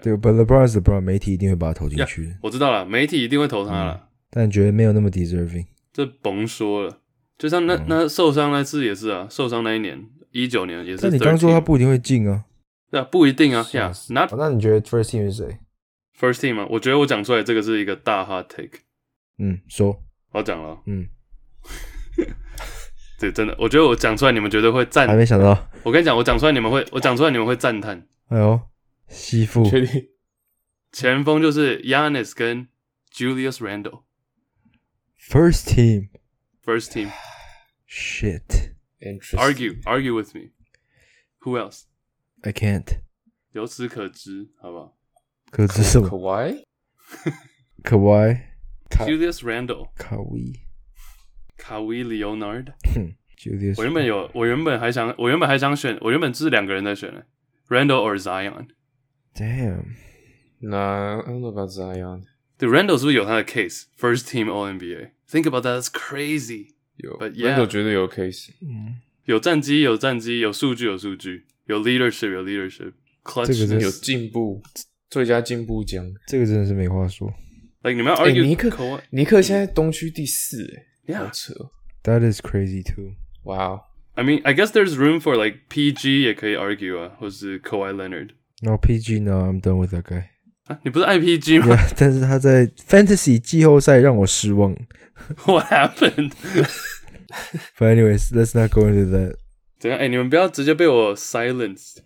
Speaker 3: 对，But LeBron is LeBron，媒体一定会把他投进
Speaker 2: Yeah
Speaker 3: 去的，
Speaker 2: 我知道了，媒体一定会投他了，
Speaker 3: 但觉得没有那么 deserving。
Speaker 2: 这甭说了。就像那
Speaker 3: 嗯
Speaker 2: 那受伤那次也是啊，受伤那一年，一九年也是。
Speaker 3: 但你刚说他，不一定会进啊，
Speaker 2: 对啊，不一定啊，Yeah，not
Speaker 3: 那你觉得 First Team 是谁？
Speaker 2: First team 啊，我觉得我讲出来这个是一个大 hot take，
Speaker 3: 嗯，说，
Speaker 2: 我要讲了，
Speaker 3: 嗯，
Speaker 2: 对，真的，我觉得我讲出来你们绝对会赞
Speaker 3: 还，没想到，
Speaker 2: 我跟你讲，我讲出来你们会，我讲出来你们会赞叹。
Speaker 3: 哎呦，西富，
Speaker 4: 确定
Speaker 2: 前锋就是 Yanis 跟 Julius Randle，First
Speaker 3: First Team，shit，
Speaker 4: ？Interesting。
Speaker 2: team，argue argue with me，Who else？
Speaker 3: I can't。
Speaker 2: 由此可知，好不好
Speaker 3: 可是什么？
Speaker 4: Kawhi
Speaker 3: 可歪，
Speaker 2: ？Julius Randle、
Speaker 3: 卡威，
Speaker 2: Kawhi Leonard，
Speaker 3: 哼，Julius，
Speaker 2: 我原本有，我原本还想，我原本还想选，我原本是两个人在选的，Randle or Zion。
Speaker 3: damn，
Speaker 4: Nah, I don't know about Zion.
Speaker 2: 对，Randle 是不是有他的 case？First team All NBA，Think about that，that's crazy。
Speaker 4: 有
Speaker 2: But
Speaker 4: Randle
Speaker 2: yeah.
Speaker 4: 绝对有 case。
Speaker 3: 嗯，
Speaker 2: 有战机，有战机，有数据，有数据，有 leadership，有 leadership，clutch，
Speaker 3: 这个真
Speaker 4: 有
Speaker 3: 是
Speaker 4: 进步，最佳进步奖。
Speaker 3: 这个真的是没话说。
Speaker 2: like 你们要
Speaker 4: 哎，
Speaker 2: argue
Speaker 4: 尼克
Speaker 2: Kawhi-
Speaker 4: 尼克现在东区第四，哎，好
Speaker 2: Yeah，
Speaker 4: 扯。
Speaker 3: That is crazy too。
Speaker 4: 哇哦，
Speaker 2: I mean I guess there's room for like PG 也可以 argue 啊，或是 Kawhi Leonard
Speaker 3: No PG no, I'm done with that guy。
Speaker 2: 啊，你不是爱 PG 吗
Speaker 3: Yeah，但是他在 Fantasy 季后赛让我失望。
Speaker 2: ？What happened？
Speaker 3: But anyways, let's not go into that。
Speaker 2: 怎样？哎、你们不要直接被我 silence。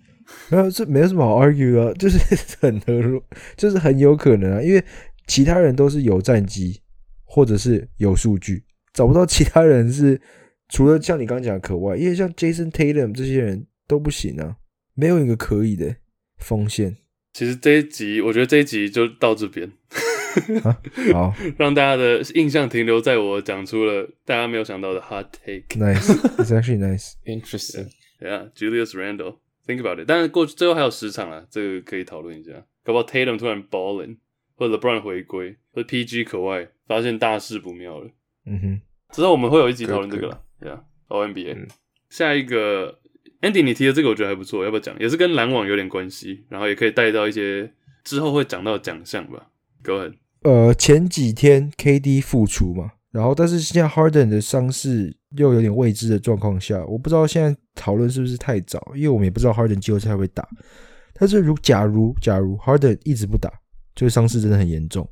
Speaker 3: 没有，这没有什么好 argue 的啊、 就是很合逻，就是很有可能啊，因为其他人都是有战绩或者是有数据，找不到其他人是除了像你刚刚讲的可外，因为像 Jason Tatum 这些人都不行啊，没有一个可以的锋线。
Speaker 2: 其实这一集，我觉得这一集就到这边，
Speaker 3: 好
Speaker 2: 让大家的印象停留在我讲出了大家没有想到的 hot take。
Speaker 3: ，nice，it's actually nice。
Speaker 4: Interesting.
Speaker 2: Yeah, Julius Randle. Think about it. 但是过去最后还有十场啊，这个可以讨论一下。搞不好 Tatum 突然 balling，或者 LeBron 回归，或者 PG 可外发现大事不妙了。
Speaker 3: 嗯哼，
Speaker 2: 之后我们会有一集讨论这个了。Yeah, O N B A。
Speaker 4: 嗯
Speaker 2: 下一个 Andy，你提的这个我觉得还不错，要不要讲？也是跟篮网有点关系，然后也可以带到一些之后会讲到的奖项吧。Go ahead。
Speaker 3: 呃，前几天 KD 复出嘛，然后但是现在 Harden 的伤势又有点未知的状况下，我不知道现在讨论是不是太早，因为我们也不知道 Harden 季后赛会不会打。但是如假如假如 Harden 一直不打，这个伤势真的很严重，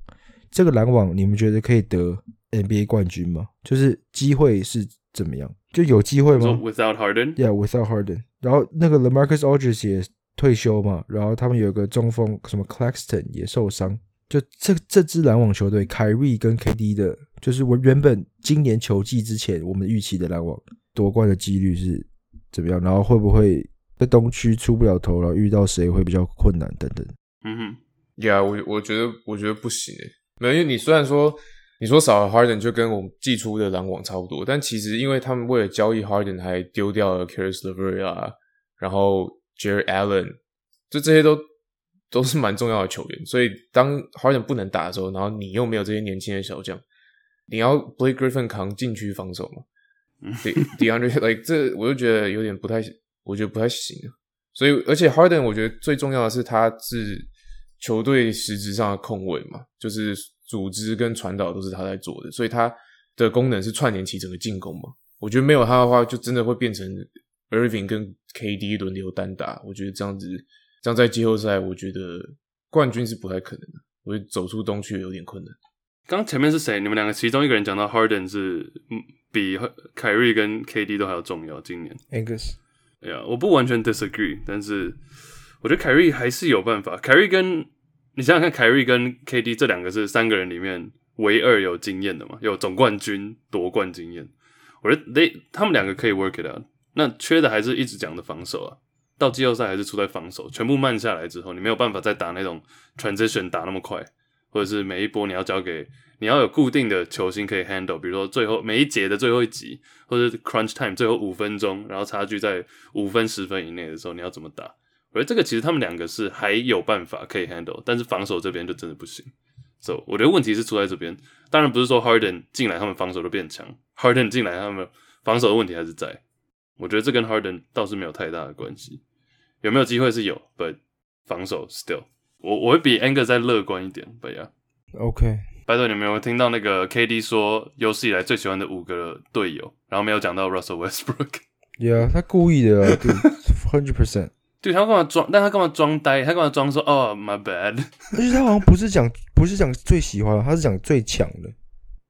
Speaker 3: 这个篮网你们觉得可以得 NBA 冠军吗？就是机会是怎么样？就有机会
Speaker 2: 你说
Speaker 3: 吗
Speaker 2: Without Harden，
Speaker 3: ？Yeah，without Harden。然后那个 LaMarcus Aldridge 也退休嘛，然后他们有一个中锋什么 Claxton 也受伤，就这这支篮网球队，凯瑞跟 KD 的，就是我原本今年球季之前我们预期的篮网夺冠的几率是怎么样？然后会不会在东区出不了头，然后遇到谁会比较困难等等？
Speaker 2: 嗯哼，
Speaker 4: Yeah，我我觉得我觉得不行诶，没有，因为你虽然说你说少了 Harden 就跟我们寄出的篮网差不多，但其实因为他们为了交易 Harden 还丢掉了 Caris LeVert 啊，然后 Jared Allen，就这些都都是蛮重要的球员，所以当 Harden 不能打的时候，然后你又没有这些年轻的小将，你要 Blake Griffin 扛禁区防守嘛
Speaker 2: 嗯
Speaker 4: ？De DeAndre like 这我就觉得有点不太，我觉得不太行啊。所以，而且 Harden 我觉得最重要的是他是球队实质上的控卫嘛，就是组织跟传导都是他在做的，所以他的功能是串联起整个进攻嘛。我觉得没有他的话，就真的会变成 Irving 跟 KD 轮流单打。我觉得这样子，这样在季后赛，我觉得冠军是不太可能的。我觉得走出东区有点困难。
Speaker 2: 刚前面是谁？你们两个其中一个人讲到 Harden 是嗯比凯瑞跟 KD 都还要重要。今年，
Speaker 3: Angus，
Speaker 2: 哎呀，我不完全 disagree，但是我觉得凯瑞还是有办法。凯瑞跟你想想看，凯瑞跟 KD 这两个是三个人里面唯二有经验的嘛，有总冠军夺冠经验。我觉得 they 他们两个可以 work it out。那缺的还是一直讲的防守啊，到季后赛还是出在防守，全部慢下来之后，你没有办法再打那种 transition 打那么快。或者是每一波你要交给你要有固定的球星可以 handle，比如说最后每一节的最后一集，或者是 crunch time 最后五分钟，然后差距在五分十分以内的时候，你要怎么打？我觉得这个其实他们两个是还有办法可以 handle，但是防守这边就真的不行。So 我觉得问题是出在这边，当然不是说 Harden 进来他们防守就变强，Harden 进来他们防守的问题还是在。我觉得这跟 Harden 倒是没有太大的关系，有没有机会是有，but 防守 still 我我会比 Anger 再乐观一点，but yeah。
Speaker 3: OK，
Speaker 2: 拜托你们有没有听到那个 KD 说有史以来最喜欢的五个队友，然后没有讲到 Russell Westbrook。
Speaker 3: yeah，他故意的啊，hundred percent。
Speaker 2: 对，他干嘛装？但他干嘛装呆？他干嘛装说哦、my bad？
Speaker 3: 而且他好像不是讲不是讲最喜欢的，他是讲最强的。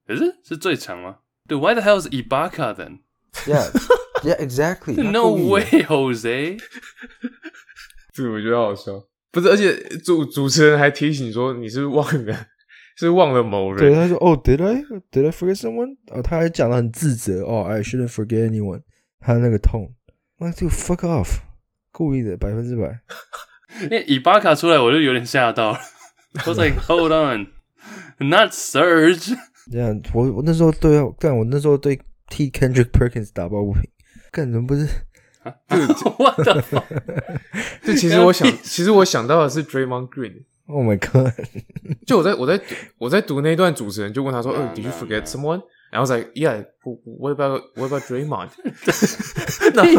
Speaker 2: 可是是最强吗？对，Why the hell is Ibaka then?
Speaker 3: Yeah，yeah，exactly
Speaker 2: No way, Jose.
Speaker 4: 这个我觉得好笑。不是，而且主主持人还提醒说你是忘了， 是忘了某
Speaker 3: 对，
Speaker 4: 人。
Speaker 3: 他说哦、d i d I did I forget someone？哦，他还讲的很自责哦、i shouldn't forget anyone。他那个痛，那就 fuck off，故意的，百分之百。
Speaker 2: 因为 Ibaka 出来，我就有点吓到了。I was like, hold on, not Surge.
Speaker 3: 这样，我我那时候对，干我那时候对替 Kendrick Perkins 打抱不平，干怎么不是？
Speaker 2: What the fuck?
Speaker 4: 这其实我想，其实我想到的是 Draymond Green。
Speaker 3: Oh my god！
Speaker 4: 就我在我在我在读那一段，主持人就问他说：“
Speaker 2: No,
Speaker 4: 哦、d i d you
Speaker 2: no,
Speaker 4: forget
Speaker 2: no.
Speaker 4: someone？” 然后 I was like, "Yeah, what about what about Draymond？”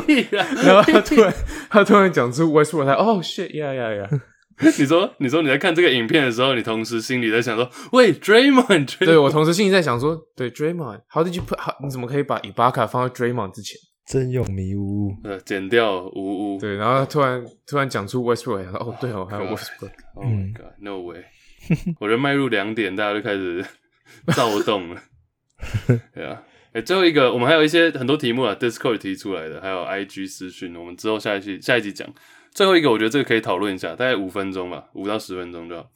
Speaker 2: 屁啊啦
Speaker 4: 然后他突然他突然讲出 Westbrook，他哦、shit, yeah, yeah, yeah。
Speaker 2: 你说，你说你在看这个影片的时候，你同时心里在想说，喂，Draymond，Draymond
Speaker 4: 对我同时心里在想说，对 Draymond，How did you put？how- 你怎么可以把 Ibaka 放到 Draymond 之前？
Speaker 3: 真有迷雾。
Speaker 2: 呃，剪掉呜呜。
Speaker 4: 对，然后他突然突然讲出 Westbrook，想说哦，对哦，还有
Speaker 2: God
Speaker 4: Westbrook。
Speaker 2: Oh my god，no way！我觉得迈入两点，大家就开始 躁动了。对啊，哎，最后一个，我们还有一些很多题目啊，Discord 提出来的，还有 IG 私讯，我们之后下一期下一集讲。最后一个，我觉得这个可以讨论一下，大概五分钟吧，五到十分钟就好。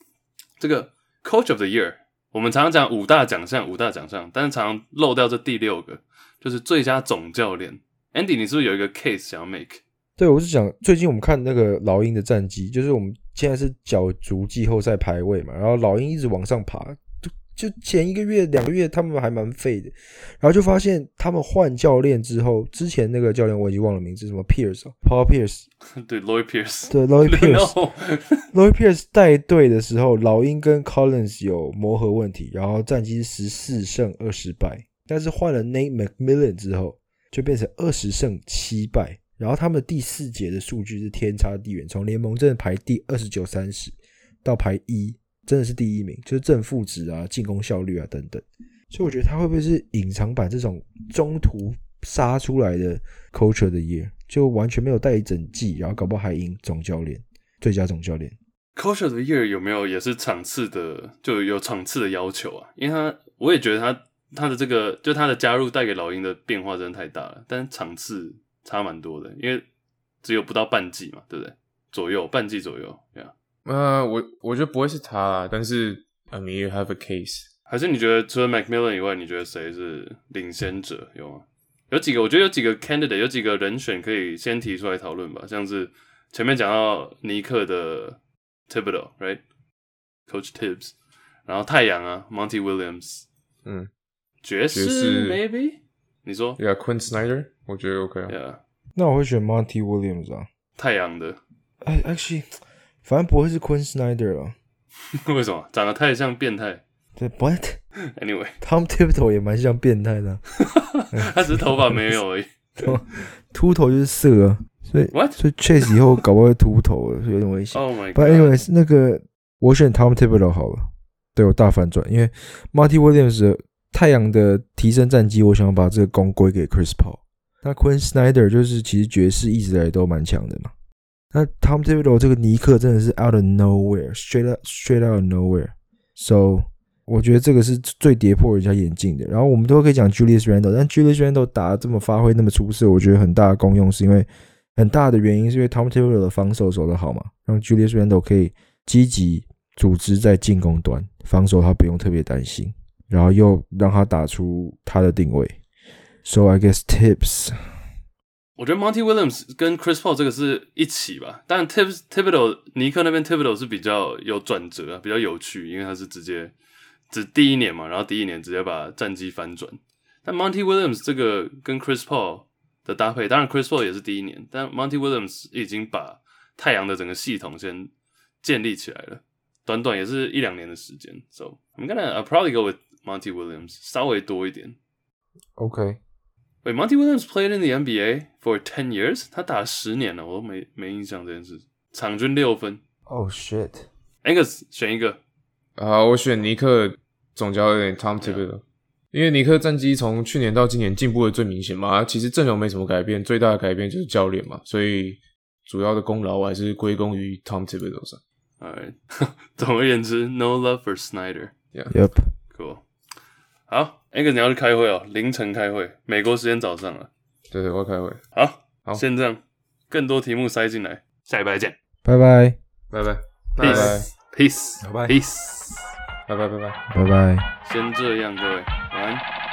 Speaker 2: 这个 Coach of the Year，我们常常讲五大奖项，五大奖项，但是常常漏掉这第六个，就是最佳总教练。Andy，你是不是有一个 case 想要 make？
Speaker 3: 对，我是讲最近我们看那个老鹰的战绩，就是我们现在是角逐季后赛排位嘛，然后老鹰一直往上爬，就就前一个月、两个月他们还蛮废的，然后就发现他们换教练之后，之前那个教练我已经忘了名字，什么 Pierce 哦、Paul Pierce，
Speaker 2: 对，Lloyd Pierce。
Speaker 3: 对 Lloyd Pierce，Lloyd
Speaker 2: No，
Speaker 3: Pierce 带队的时候，老鹰跟 Collins 有磨合问题，然后战绩十四胜二十败，但是换了 Nate McMillan 之后，就变成二十胜七败。然后他们第四节的数据是天差地远，从联盟真的排第二十九、三十到排一，真的是第一名，就是正负值啊、进攻效率啊等等。所以我觉得他会不会是隐藏版这种中途杀出来的 culture 的 year，就完全没有带一整季，然后搞不好还赢总教练、最佳总教练。
Speaker 2: Coach of the Year 有没有也是场次的，就有场次的要求啊？因为他我也觉得他他的这个就他的加入带给老鹰的变化真的太大了，但是场次差蛮多的，因为只有不到半季嘛，对不对？左右半季左右，对啊。
Speaker 4: 呃，我我觉得不会是他啦，但是 I mean you have a case。
Speaker 2: 还是你觉得除了 Macmillan 以外，你觉得谁是领先者？有吗？有几个？我觉得有几个 candidate，有几个人选可以先提出来讨论吧，像是前面讲到尼克的 Thibodeau，right？Coach Tibbs，然后太阳啊，Monty Williams，
Speaker 4: 嗯，
Speaker 2: 爵
Speaker 4: 爵
Speaker 2: 士
Speaker 4: 士
Speaker 2: maybe？你说
Speaker 4: Yeah, Quinn Snyder，我觉得 OK 啊。
Speaker 2: ，Yeah，
Speaker 3: 那我会选 Monty Williams 啊，
Speaker 2: 太阳的，
Speaker 3: 哎，actually，反正不会是 Quinn Snyder 啊。
Speaker 2: 为什么长得太像变态
Speaker 3: 对，What
Speaker 2: ？Anyway，
Speaker 3: Tom Thibodeau 也蛮像变态的啊、
Speaker 2: 他只是头发没有而已。
Speaker 3: 秃头就是色啊，所以
Speaker 2: What？
Speaker 3: 所以 Chase 以后搞不好会秃头了，所以有点危 险。
Speaker 2: Oh my
Speaker 3: But
Speaker 2: god！
Speaker 3: anyways，那个我选 Tom Thibodeau 好了，对我大反转，因为 Marty Williams 的太阳的提升战绩，我想把这个功归给 Chris Paul。那 Quinn Snyder 就是其实爵士一直以来都蛮强的嘛。那 Tom Thibodeau 这个尼克真的是 out of nowhere，straight up straight out of nowhere。So 我觉得这个是最跌破人家眼镜的。然后我们都可以讲 Julius Randle，但 Julius Randle 打得这么发挥那么出色，我觉得很大的功用是因为很大的原因是因为 Tom Thibodeau 的防守守得好嘛，让 Julius Randle 可以积极组织在进攻端，防守他不用特别担心，然后又让他打出他的定位。So I guess tips
Speaker 2: 我觉得 Monty Williams 跟 Chris Paul 这个是一起吧，但 Tib Thibodeau 尼克那边 Thibodeau 是比较有转折啊，比较有趣，因为他是直接只第一年嘛，然后第一年直接把战绩翻转。但 Monty Williams 这个跟 Chris Paul 的搭配，当然 Chris Paul 也是第一年，但 Monty Williams 已经把太阳的整个系统先建立起来了，短短也是一两年的时间。So I'm gonna I'll probably go with Monty Williams 稍微多一点。
Speaker 4: OK，
Speaker 2: Wait, Monty Williams played in the NBA for ten years. 他打了十年了，我都没没印象这件事。场均六分。
Speaker 3: Oh shit！
Speaker 2: Angus 选一个，
Speaker 4: 啊、我选尼克总教练 Tom Thibodeau，、因为尼克战绩从去年到今年进步的最明显嘛，啊其实阵容没什么改变，最大的改变就是教练嘛，所以主要的功劳我还是归功于 Tom Thibodeau 上。
Speaker 2: 哎， 总而言之，No love for Snyder。
Speaker 3: Yep，
Speaker 2: Cool。好，Angus 你要去开会哦，凌晨开会，美国时间早上了。
Speaker 4: 对对，我要开会，
Speaker 2: 好，
Speaker 4: 好
Speaker 2: 先这样，更多题目塞进来，下礼拜见。
Speaker 3: 拜拜，
Speaker 4: 拜拜，拜拜
Speaker 2: Peace，Peace，Peace。Peace
Speaker 3: 拜拜
Speaker 2: Peace
Speaker 4: 拜拜，拜拜。
Speaker 3: 拜拜。
Speaker 2: 先这样，各位晚安。